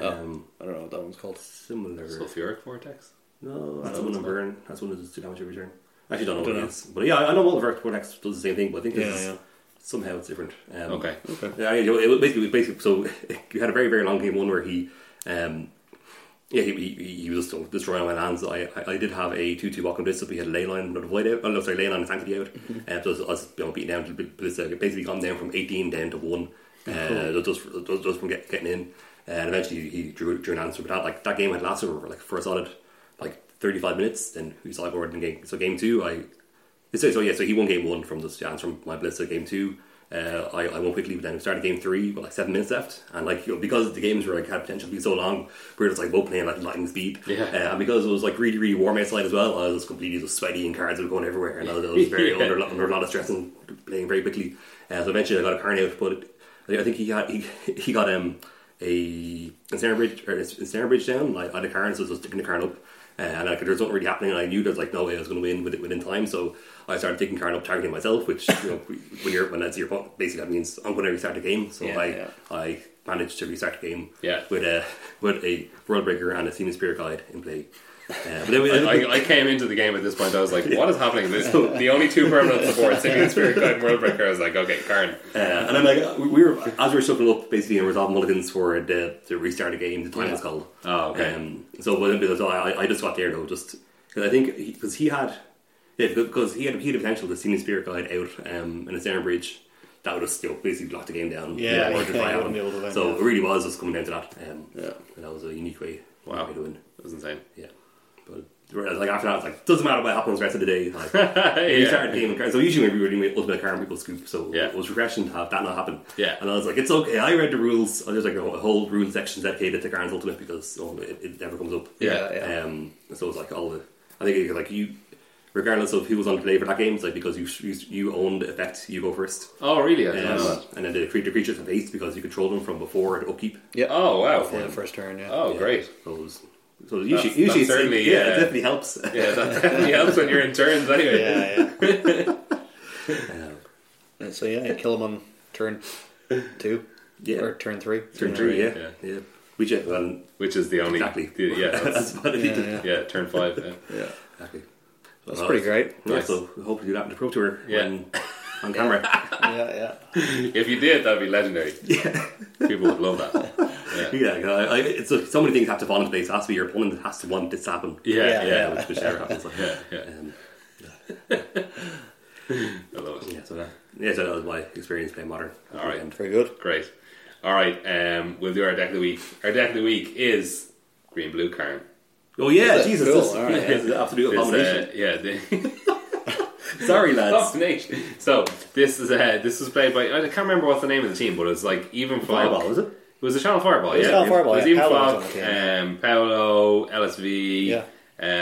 Oh. Um, I don't know what that one's called. similar. Sulfuric vortex. No, that's one of burn. That's one of the two damage every turn. I actually don't know what it is, but yeah, I I know Multiverse Vortex does the same thing, but I think it's Yeah, yeah. somehow it's different. Um, Okay. okay. Yeah, I- it was basically, basically, so you had a very, very long game one where he, um, yeah, he, he, he was just destroying my lands. I, I, I did have a two-two welcome distance, but he had ley line and void out. Oh no, sorry, ley line and sanctity out. Um, so I was, I was you know, beaten down to this, uh, basically gone down from eighteen down to one. Uh, just, just, just from get, getting in, Uh, and eventually he drew, drew an answer. But that like that game had lasted over like for a solid like thirty-five minutes. Then he saw board in game. So game two, I so, so oh, yeah, so he won game one from the stands from my Blitzer game two. Uh, I, I won quickly, but then we started game three with like seven minutes left, and like you know, because the games were like had potential to be so long, we were just like both playing like lightning speed. Yeah. Uh, and because it was like really really warm outside as well, I was just completely just sweaty and cards were going everywhere, and I was, I was very Yeah. under, under a lot of stress and playing very quickly. Uh, so eventually I got a card out, but I think- I think he got he, he got um a incendiary bridge or incendiary bridge down. I, I had a card, so I was just sticking the card up, uh, and like, there was nothing really happening. And I knew there was like no way I was going to win with it within time, so I started taking card up, targeting myself. Which you know, when you're when that's your opponent, basically that means I'm going to restart the game. So Yeah, I yeah. I managed to restart the game Yeah. with a with a world breaker and a Seaman Spirit Guide in play. Uh, but then we, I, I came into the game at this point. I was like, "What is happening?" This the only two permanent supports, Simeon Spirit Guide and Worldbreaker. I was like, "Okay, Karn." Uh, and then like we we were as we were shuffling up basically and resolving mulligans for the to restart the game. The time was called. Oh, okay. Um, so but then- so I, I just got there though, just because I think because he, had yeah because he had he had the potential to see the spirit guide out um, in a center bridge. That would just you know, basically lock the game down. Yeah, Or yeah, to you fly out. wouldn't be able to win, so yeah. it really was just coming down to that. Um, Yeah. and that was a unique way, Wow. way to win. It was insane. Yeah, but whereas, like after that, it's like doesn't matter what happens the rest of the day. Like, You yeah. started gaming cards. So usually when we were doing Ultimate Card, people scoop. So Yeah. it was regression to have that not happen. Yeah. And I was like, it's okay. I read the rules. And there's like a whole rune section dedicated to Karn's Ultimate because oh, it, it never comes up. Yeah, yeah. Um, so it's like all the. I think it, like you, regardless of who was on the play for that game, it's like because you you, you owned effect, you go first. Oh, really? I didn't know Um, that. and then the, cre- the creatures have haste because you control them from before at upkeep. Oh, wow. Yeah, first turn, yeah. Oh, Yeah. great. So it was, so usually, That's- usually that's it's- certainly, yeah, it uh, definitely helps. Yeah, that definitely helps when you're in turns anyway. Yeah, yeah. Um, And Uh, so, yeah, you kill him on turn two. Yeah. Or turn three. turn three, yeah, yeah. yeah. Which yeah, well, Which is the only. exactly. the- yeah, that's- that's what it Yeah, is. yeah. yeah, turn five. Yeah. Yeah. Exactly. That's pretty great. Yeah, Nice. so we hope to do that in the Pro Tour Yeah. when, on camera. Yeah, If you did, that'd be legendary. People would love that. Yeah, yeah, I, I, it's so, so many things have to fall into place. It has to be your opponent has to want this to happen. yeah, yeah. yeah. Which, which never happens. Like, Yeah, yeah. Um, I love it. yeah, so that, yeah, so that was my experience playing Modern. All right. Very good. Great. All right, um, we'll do our deck of the week. Our deck of the week is Green Blue Karn. Oh yeah, Is it? Jesus, Cool, that's, all right. yeah, it's an absolute This, abomination. uh, yeah, the, Sorry, Oh, lads. Abomination. So this is uh, this was played by I can't remember what the name of the team, but it was like even Falk. Fireball, was it? It was a Channel Fireball. was yeah, Channel Fireball, It was yeah. even Paolo was Falk, on the team, um, Paolo, LSV, Yeah.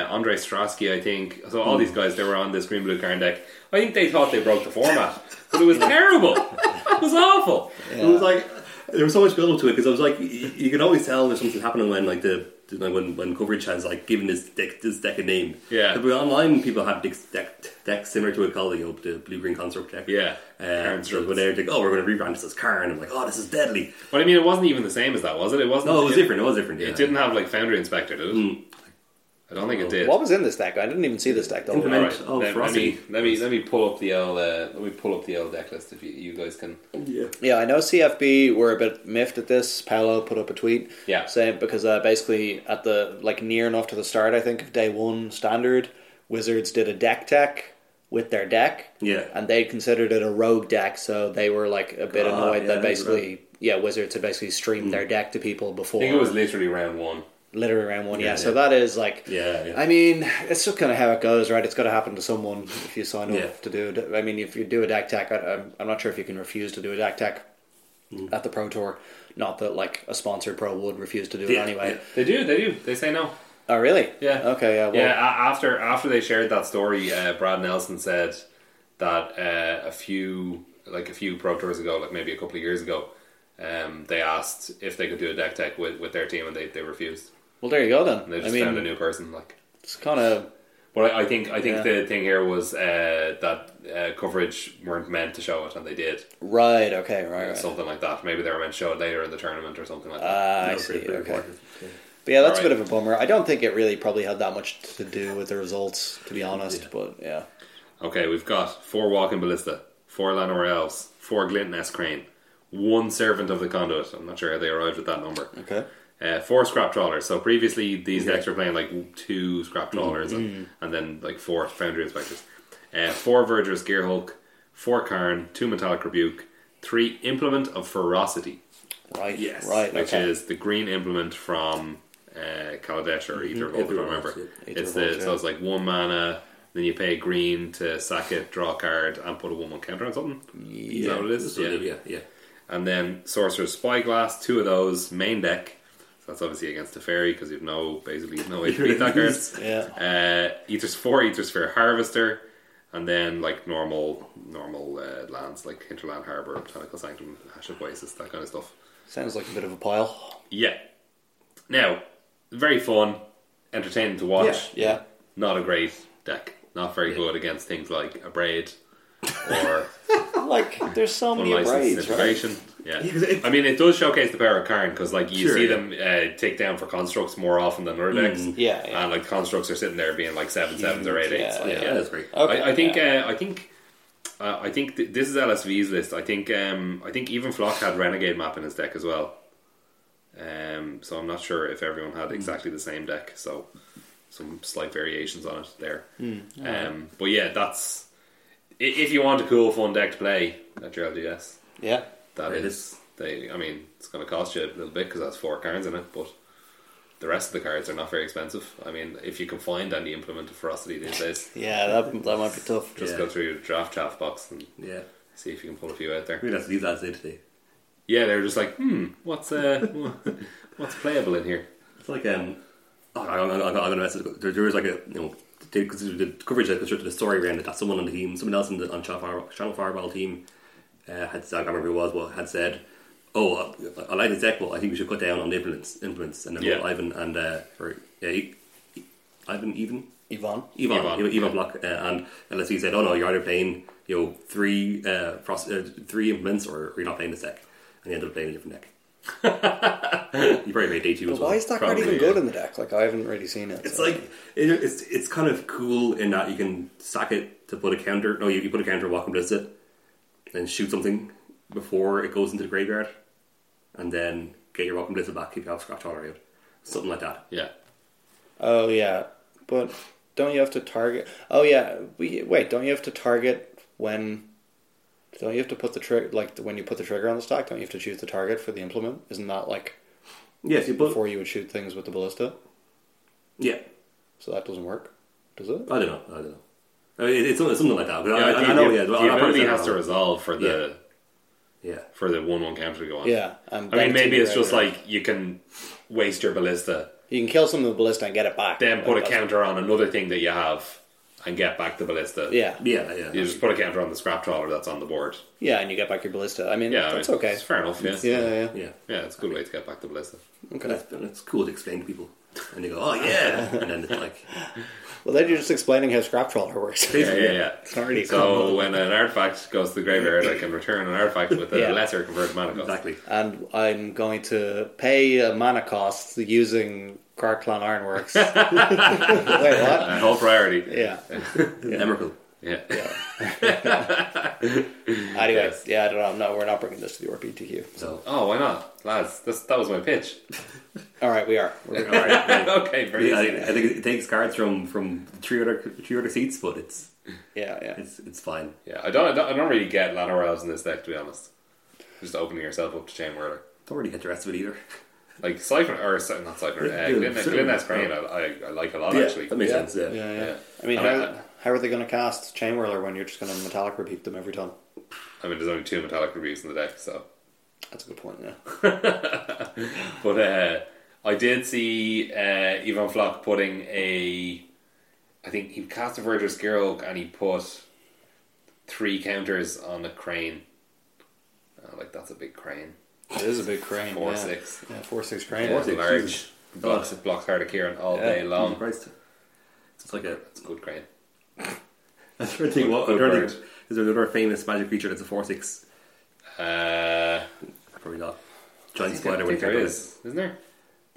uh, Andre Strosky, I think. So all these guys they were on this green blue Karn deck. I think they thought they broke the format, but it was terrible. It was awful. Yeah. It was like there was so much build up to it because I was like, you, you can always tell there's something happening when like the like when, when coverage has like given this deck this deck a name. Yeah. But online people have decks deck decks similar to a called you know, the blue green construct deck. Yeah. uh, Um, Karn so Struts. when they're like, oh, we're going to rebrand this as Karn, I'm like, oh, this is deadly. But I mean, it wasn't even the same as that, was it? It wasn't. No, it was different. It was different. Yeah. Mm. It didn't have like Foundry Inspector, did it? I don't think it did. What was in this deck? I didn't even see this deck, though. Implement- All right, Oh, let, let Frosty. me let me let me pull up the L. Uh, let me pull up the L deck list if you, you guys can. Yeah. Yeah, I know CFB were a bit miffed at this. Paolo put up a tweet. Yeah. Saying because uh, basically at the like near enough to the start, I think of day one standard, Wizards did a deck tech with their deck. Yeah. And they considered it a rogue deck, so they were like a bit God, annoyed yeah, that that's basically yeah, Wizards had basically streamed their deck to people before. I think it was literally round one. literally round one. Yeah, Yeah, so yeah. that is like. Yeah, yeah. I mean, it's just kind of how it goes, right? It's got to happen to someone if you sign up Yeah. to do. it. I mean, if you do a deck tech, I, I'm, I'm not sure if you can refuse to do a deck tech at the pro tour. Not that like a sponsored pro would refuse to do it Yeah, anyway. They do, they do. They say no. Oh, really? Yeah. Okay. Yeah. Well, Yeah, a- after after they shared that story, uh, Brad Nelson said that uh, a few like a few pro tours ago, like maybe a couple of years ago, um, they asked if they could do a deck tech with, with their team, and they, they refused. Well, there you go then. And they I just mean, found a new person. Like, it's kind of but I, I think I think Yeah. the thing here was uh, that uh, coverage weren't meant to show it, and they did right. Okay. Right. right. something like that. Maybe they were meant to show it later in the tournament or something like that. Ah, I No, see. pretty- pretty Okay. important. But yeah, that's Alright. a bit of a bummer. I don't think it really probably had that much to do with the results, to be honest. But yeah, Okay, we've got four walking ballista, four Lanor elves, four Glint S crane, one servant of the conduit. I'm not sure how they arrived at that number. okay. Uh, four scrap trawlers. So previously these decks were playing like two scrap trawlers Mm-hmm. and, and then like four foundry inspectors. Uh, four Verdurous Gear Hulk, four Karn, two Metallic Rebuke, three Implement of Ferocity, Right. Yes. Right. which okay. is the green implement from uh, Kaladesh or Ether Vault, I Aether don't Vault, remember. yeah. Aether It's Vault, the Mm-hmm. yeah. so it's like one mana, then you pay green to sack it, draw a card, and put a one one counter on something. Is that what it is? So, Yeah. yeah, yeah. And then Sorcerer's Spyglass, two of those, main deck. So that's obviously against the fairy because you've no basically you've no way to beat that card. Yeah. Uh, Aether's four, Aether's Fair Harvester, and then like normal normal uh, lands like Hinterland Harbour, Botanical Sanctum, Ash of Oasis, that kind of stuff. Sounds like a bit of a pile. Yeah. Now, very fun, entertaining to watch. Yeah. Not a great deck. Not very good against things like a braid or Like there's so many unlicensed braids, right? integration. Yeah. Yeah, 'cause it- I mean, it does showcase the power of Karn because, like, you Sure, see yeah. Mm. them uh, take down for constructs more often than other decks. Yeah, yeah. And like constructs are sitting there being like seven sevens or eight eights. yeah, like, Yeah, that's great. Okay, I, I think. yeah. Uh, I think. Uh, I think th- this is LSV's list. I think. Um, I think even Flock had Renegade map in his deck as well. Um, so I'm not sure if everyone had exactly the same deck. So some slight variations on it there. um, but yeah, that's i- if you want a cool, fun deck to play at your LGS. Yeah. That It is, they. I mean, it's going to cost you a little bit because that's four cards in it, but the rest of the cards are not very expensive. I mean, if you can find any implement of ferocity these days, Yeah. That that might be tough. just Yeah. go through your draft chaff box and Yeah. see if you can pull a few out there. I mean, that's what these lads did today. Yeah, they're just like, hmm, what's uh, what's playable in here? It's like um, oh, I, I, I, I'm gonna mess it. There, there was like a you know, they, cause the coverage that constructed a story around it that someone on the team, someone else on the on Channel Fire- Channel Fireball team, uh, had said- I can't remember who it was, but had said, "Oh, I, I like this deck, but I think we should cut down on the implements, implements." And then Yeah. Ivan and uh, or yeah, E- E- Ivan even Yvonne. Yvonne, Yvonne, Yvonne, Block, uh, and LSE said, "Oh no, you're either playing you know three uh, pros- uh, three implements, or, or you're not playing this deck." And he ended up playing a different deck. you probably played day two as well. Why is that card Probably, even good yeah. in the deck? Like I haven't really seen it. It's so. like it, it's it's kind of cool in that you can stack it to put a counter. No, you, you put a counter, walk and blitz it, then shoot something before it goes into the graveyard, and then get your welcome blitz back if you have scratch all out, something like that. Yeah, Oh yeah, but don't you have to target? Oh yeah, we, wait. Don't you have to target when? Don't you have to put the trigger like when you put the trigger on the stack? Don't you have to choose the target for the implement? Isn't that like Yes, you put. before you would shoot things with the ballista? Yeah, So that doesn't work, does it? I don't know. I don't know. I mean, it- it's something, something like that. But yeah. I, I I, think I know. the, yeah, the I- I ability probably has said to that. resolve for the Yeah, for the one one counter to go on. Yeah, and I mean, then maybe to- it's just like you can waste your ballista, you can kill some of the ballista and get it back. then Like, put a that's- counter on another thing that you have, and get back the ballista. Yeah, yeah, yeah. You just put a counter on the scrap trawler that's on the board. yeah, and you get back your ballista. I mean, Yeah, I that's mean, okay. It's fair enough. Yeah, Yeah, yeah, yeah. yeah. Yeah, it's a good way to get back the blister. And it's, and it's cool to explain to people, and they go, "Oh yeah," and then it's like, Well, then you're just explaining how scrap trawler works. Yeah, yeah, yeah. It's already So when an artifact goes to the graveyard, I can return an artifact with a Yeah. lesser converted mana cost. exactly. and I'm going to pay a mana cost using Carclan Ironworks. Wait, what? Uh, whole priority. Yeah. Emerald. Yeah. Anyway, Yes. yeah, I don't know. No, we're not bringing this to the RPTQ. So Oh, why not, lads? This, that was my pitch. All right, we are. We're- all right. yeah. okay, very Yeah, I, easy. I think it takes cards from from three other three other seats, but it's yeah, yeah. it's it's fine. Yeah, I don't, I don't, I don't really get Lanorails in this deck, to be honest. just opening yourself up to Shane Werler. Don't really get the rest of it either. Like Siphon or Si- not Siphon, uh, Yeah, Glyn, sure. Glyn Escrane, I, I, I like a lot actually. that makes Yeah. sense. Oh, Yeah. Yeah, yeah. Yeah. I mean, I how, mean, how are they going to cast Chainwhirler when you're just going to metallic repeat them every time? I mean, there's only two metallic reviews in the deck, so. That's a good point. Yeah. But uh, I did see uh, Ivan Flock putting a. I think he cast a Verger's Girl and he put three counters on a crane. Uh, like, that's a big crane. It is a big crane. Four, yeah. six. Yeah, four six crane. Yeah, Four six, large. Jesus. Blocks, it blocks Hard Kieran all Yeah. day Jesus long. Christ. Um, It's like a. It's a good crane. I'm trying to think. What, I'm Good trying to bird. think, is there another famous magic creature that's a four six? Uh, Probably not. Giant I spider. think when you there think about is, isn't there?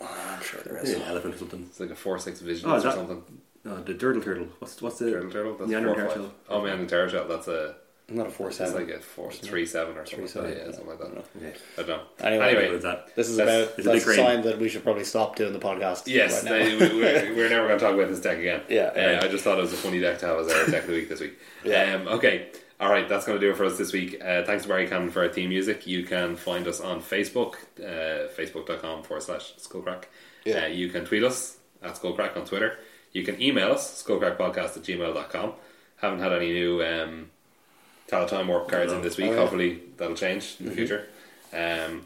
I'm sure there it. is. An elephant or something. It's like a four six Oh, vigilance is that- or something. No, the dirtle turtle. What's what's the Turtle turtle. That's Neander four five. turtle. Oh man, the turtle turtle. That's a Not a four that's seven. like a four three seven or something. Three seven, yeah, yeah. something like that. Okay. I don't know. Anyway, Anyway, What is that? this is That's- about it's a that's big a crane. sign that we should probably stop doing the podcast. right yes, now. they- we, we're, we're never going to talk about this deck again. Yeah, Uh, I just thought it was a funny deck to have as our deck of the week this week. Yeah. Um, okay. All right, that's going to do it for us this week. Uh, thanks to Barry Cannon for our theme music. You can find us on Facebook, uh, facebook.com forward slash skullcrack. Yeah. Uh, you can tweet us at skullcrack on Twitter. You can email us, skullcrackpodcast at gmail.com. Haven't had any new um, Time Warp cards in this week. Oh, yeah. Mm-hmm. Hopefully that'll change in the future. Um,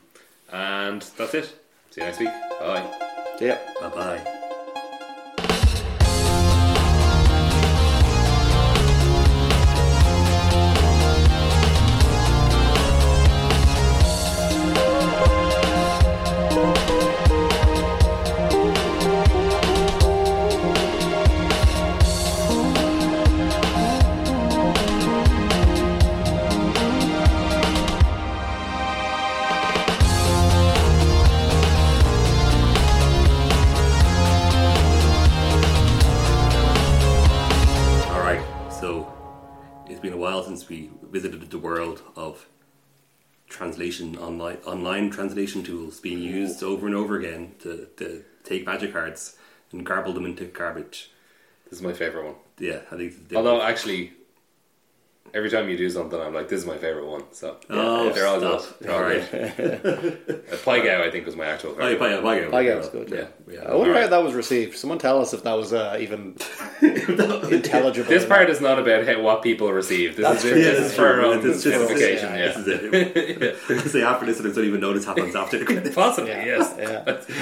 and that's it. See you next week. Bye. Yep. Bye bye. All right, so it's been a while since we visited the world of translation online online translation tools being used over and over again to, to take magic cards and garble them into garbage. This is my favorite one. Yeah, I think. They, Although actually, every time you do something, I'm like, this is my favorite one. So Oh, they're all stop. good. They're all All right. right. good. Uh, Pygow, I think, was my actual oh, yeah, favorite. Pygo, Pygo. Pygo was good, yeah. yeah. I wonder All right. how that was received. Someone tell us if that was uh, even intelligible. This or not. part is not about how, what people receive. This That's is true. this Yeah, is that's for our true. own It's just- justification. yeah, Yeah, This is it. Say after this, I don't even notice happens after. the- possibly Yeah. yes. Yeah.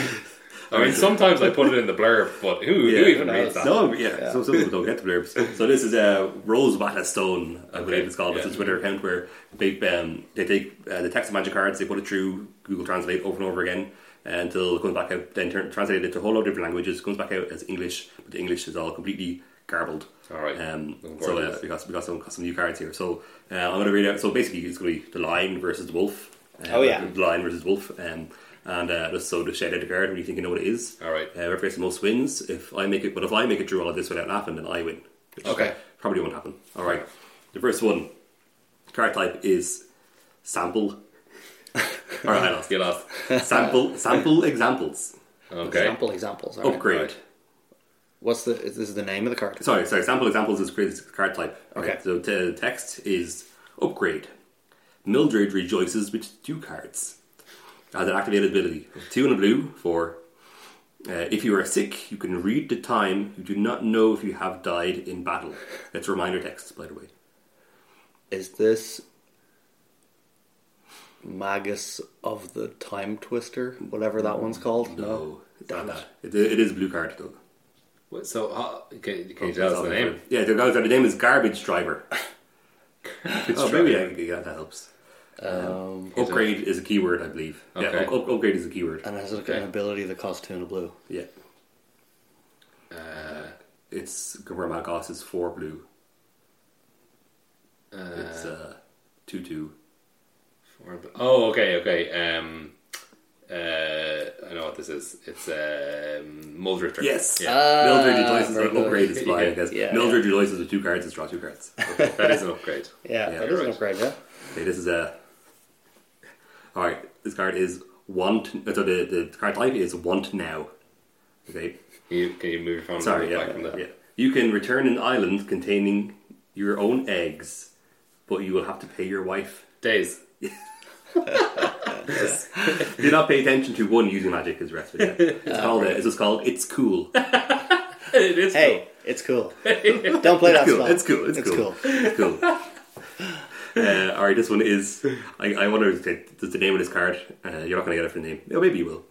I mean, sometimes I put it in the blurb, but who, who Yeah. even Who reads knows? that? No, yeah. Yeah. So some people don't get the blurbs. So this is uh, Rose Bata Stone, I believe it's called. It's yeah. a Twitter account where they um, they take uh, the text of magic cards, they put it through Google Translate over and over again until it comes back out, then turn, translated into a whole lot of different languages, comes back out as English, but the English is all completely garbled. All right. Um, Looking so forward to uh, this. we got we got some got some new cards here. So uh, I'm going to read out. So basically, it's going to be the lion versus the wolf. Uh, Oh, yeah. the lion versus wolf. Um, and uh, just so to shout out the card when you think you know what it is. All right. Uh, whoever gets the most wins. If I make it, but if I make it through all of this without laughing, then I win. Which Okay. Probably won't happen. All right. The first one, card type is sample. all right, I lost. You lost. Sample, sample examples. Okay. Example examples. all right. Upgrade. Right. What's the? Is this the name of the card? Sorry, sorry. Sample examples is great card type. Okay. So the text is upgrade. Mildred rejoices with two cards. As an activated ability, two in a blue for. Uh, if you are sick, you can read the time. You do not know if you have died in battle. That's a reminder text, by the way. Is this Magus of the Time Twister? Whatever that one's called. Oh, No, it's Damn not that. It, it is a blue card though. Wait, So, uh, can, can you tell us the name? Yeah, the guy's the name is Garbage Driver. oh, maybe that, yeah, that helps. Um, Upgrade is a keyword, I believe. Okay. Yeah, up- up- upgrade is a keyword. and it has Okay. an ability that costs two and a blue. Yeah. Uh, It's Gabor Magos is four blue. it's uh two two. Oh, okay, okay. Um, uh, I know what this is. It's um, Muldrifter. Yes. Yeah. Mildred rejoices very an upgrade good. is flying. Yeah, because yeah, Mildred rejoices with two cards is draw two cards. Okay. that is an upgrade. Yeah, Yeah, that is an right. upgrade. Yeah. okay, this is a. All right, this card is want. uh, So the, the card type is want now. Okay. Can you, can you move your phone Sorry, back yeah, from the yeah. You can return an island containing your own eggs, but you will have to pay your wife. days? Do not pay attention to one using magic is rest. Yeah. It's called. Uh, it's just called. It's cool. it is Hey, it's cool. Don't play that cool. spell. It's cool. It's, It's cool. cool. It's cool. Uh, all right, this one is. I, I wonder if it- does the name of this card. Uh, you're not going to get it from the name. No, maybe you will.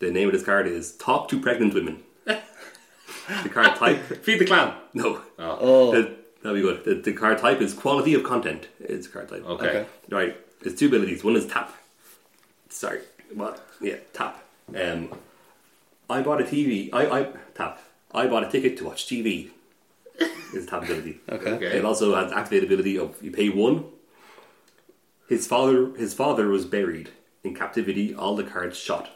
The name of this card is "Top Two Pregnant Women." the card type? cool. Feed the clan. No. Oh, Oh, The- that'd be good. The, the card type is quality of content. It's card type. okay. okay. Right, there's two abilities. One is tap. Sorry, what? Yeah, tap. Um, I bought a TV. I, I tap. I bought a ticket to watch TV. Is tap ability. okay. Okay. It also has activated ability of you pay one. His father, his father was buried in captivity. All the cards shot.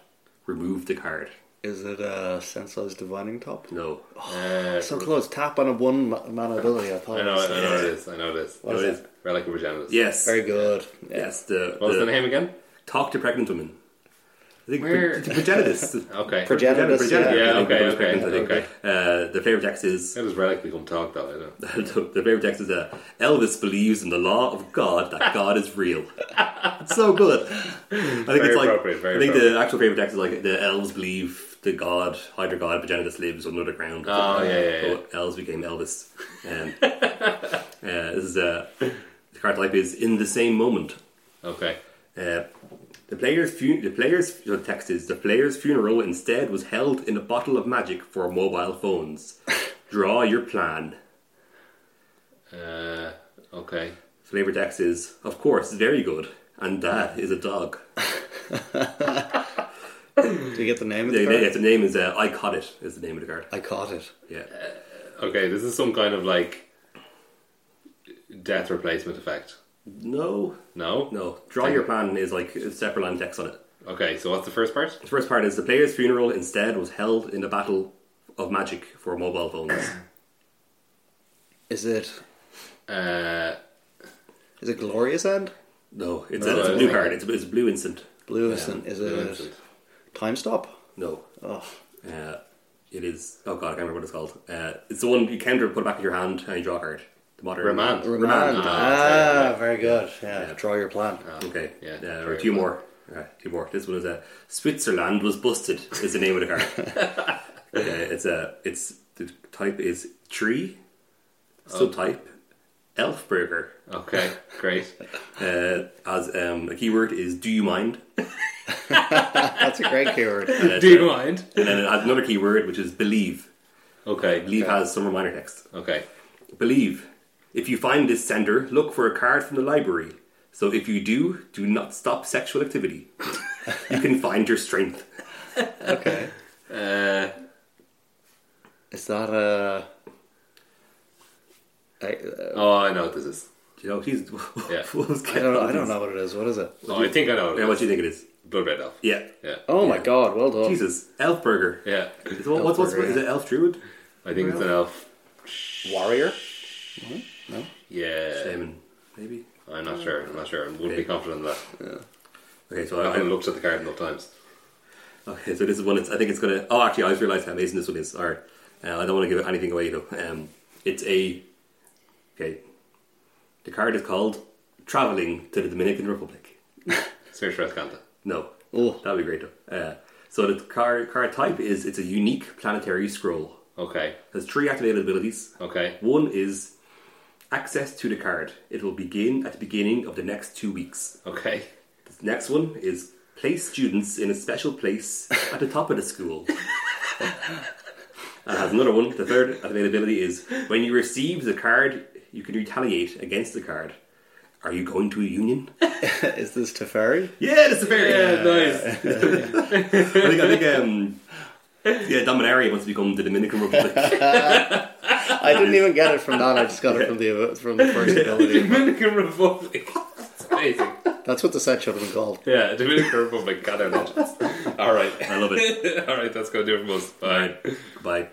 Remove the card. Is it a sensitized divining top? No, Uh, So close. Tap on a one ma- man ability. I thought. I it know, was- it- I know it is. I know it is. What No, is it it? Relic of Regenesis. yes, Very good. Yeah. yes. The, What was the name again? Talk to pregnant women. I think Where- the progenitus. Okay. Progenitus. Progenitus, yeah. I think, Yeah, becomes okay, pregnant, okay, I think. Uh, the favorite text is How does Relic become talk though? I don't. the favorite text is uh, Elvis believes in the law of God that God is real. It's so good. I think it's like appropriate, very I think the actual favorite text is like the elves believe the god Hydra God Progenitus lives under the ground. Oh, yeah, yeah, yeah. But elves became Elvis. Um, uh, this is uh, the card type is in the same moment. Okay. Uh, the player's fu- the player's the text is the player's funeral instead was held in a bottle of magic for mobile phones. Draw your plan. Uh, okay. Flavor text is of course very good, and that is a dog. Do you get the name of The, the the, card? the name is uh, I caught it is the name of the card. I caught it. Yeah, Okay. This is some kind of like death replacement effect. no, No. no. Draw your plan is like a separate line of text on it. Okay. So what's the first part? The first part is the player's funeral instead was held in a battle of magic for mobile phones. Is it? Uh, Is it glorious end? no, it's, No, a, it's I a blue think- card. It's a, it's a blue instant. Blue instant. Is it instant. time stop? No, Oh, Uh, it is. Oh god, I can't remember what it's called. Uh, it's the one you counter put it back in your hand and you draw a card. The modern Remand. remand. Remand. Ah. Ah, very good. Yeah. Draw your plan. Okay. Yeah, Yeah. very or two well. more. Uh, two more. This one is uh, Switzerland was busted. Is the name of the card. uh, it's a. it's the type is tree. Oh. Subtype elf burger. Okay. Great. Uh, as um, a keyword is do you mind? That's a great keyword. Uh, Do you mind? And then it has another keyword which is believe. Okay. Believe has some minor text. Okay. Believe. If you find this sender, look for a card from the library. So if you do, do not stop sexual activity. you can find your strength. Okay. Uh, Is that a? I, uh, oh, I know what this is. You know, he's. Yeah. I don't. I don't know what it is. What is it? Oh, I think I know. What Yeah, it what is. do you think it is? Blood red elf. Yeah. Yeah. Oh my god! Well done. Jesus, elf burger. Yeah. Is it- what's what's burger, is it? Elf druid. I think it's an elf. Warrior. Yeah. Shaman, maybe. I'm not sure. I'm not sure. I wouldn't be confident in that. Okay, so I I, haven't I, looked at the card enough times. okay, so this is one. It's, I think it's gonna. Oh, actually, I just realized how amazing this one is. All right, uh, I don't want to give anything away though. Um, it's a. Okay, the card is called "Traveling to the Dominican Republic." Search for Escanta. No. Oh. That'd be great though. Uh, so the card card type is it's a unique planetary scroll. Okay. It has three activated abilities. Okay. One is access to the card. It will begin at the beginning of the next two weeks. Okay. The next one is place students in a special place at the top of the school. And has another one. The third activated ability is when you receive the card, you can retaliate against the card. Are you going to a union? Is this Teferi? Yeah, it's a very nice. I think, I think um, yeah, Dominaria wants to become the Dominican Republic. I didn't even get it from that. I just got it from the from the first ability. Dominican Republic. It's amazing. That's what the set should have been called. Yeah, Dominican Republic. God, I love it. All right. I love it. All right, that's going to do it for us. Bye. Bye.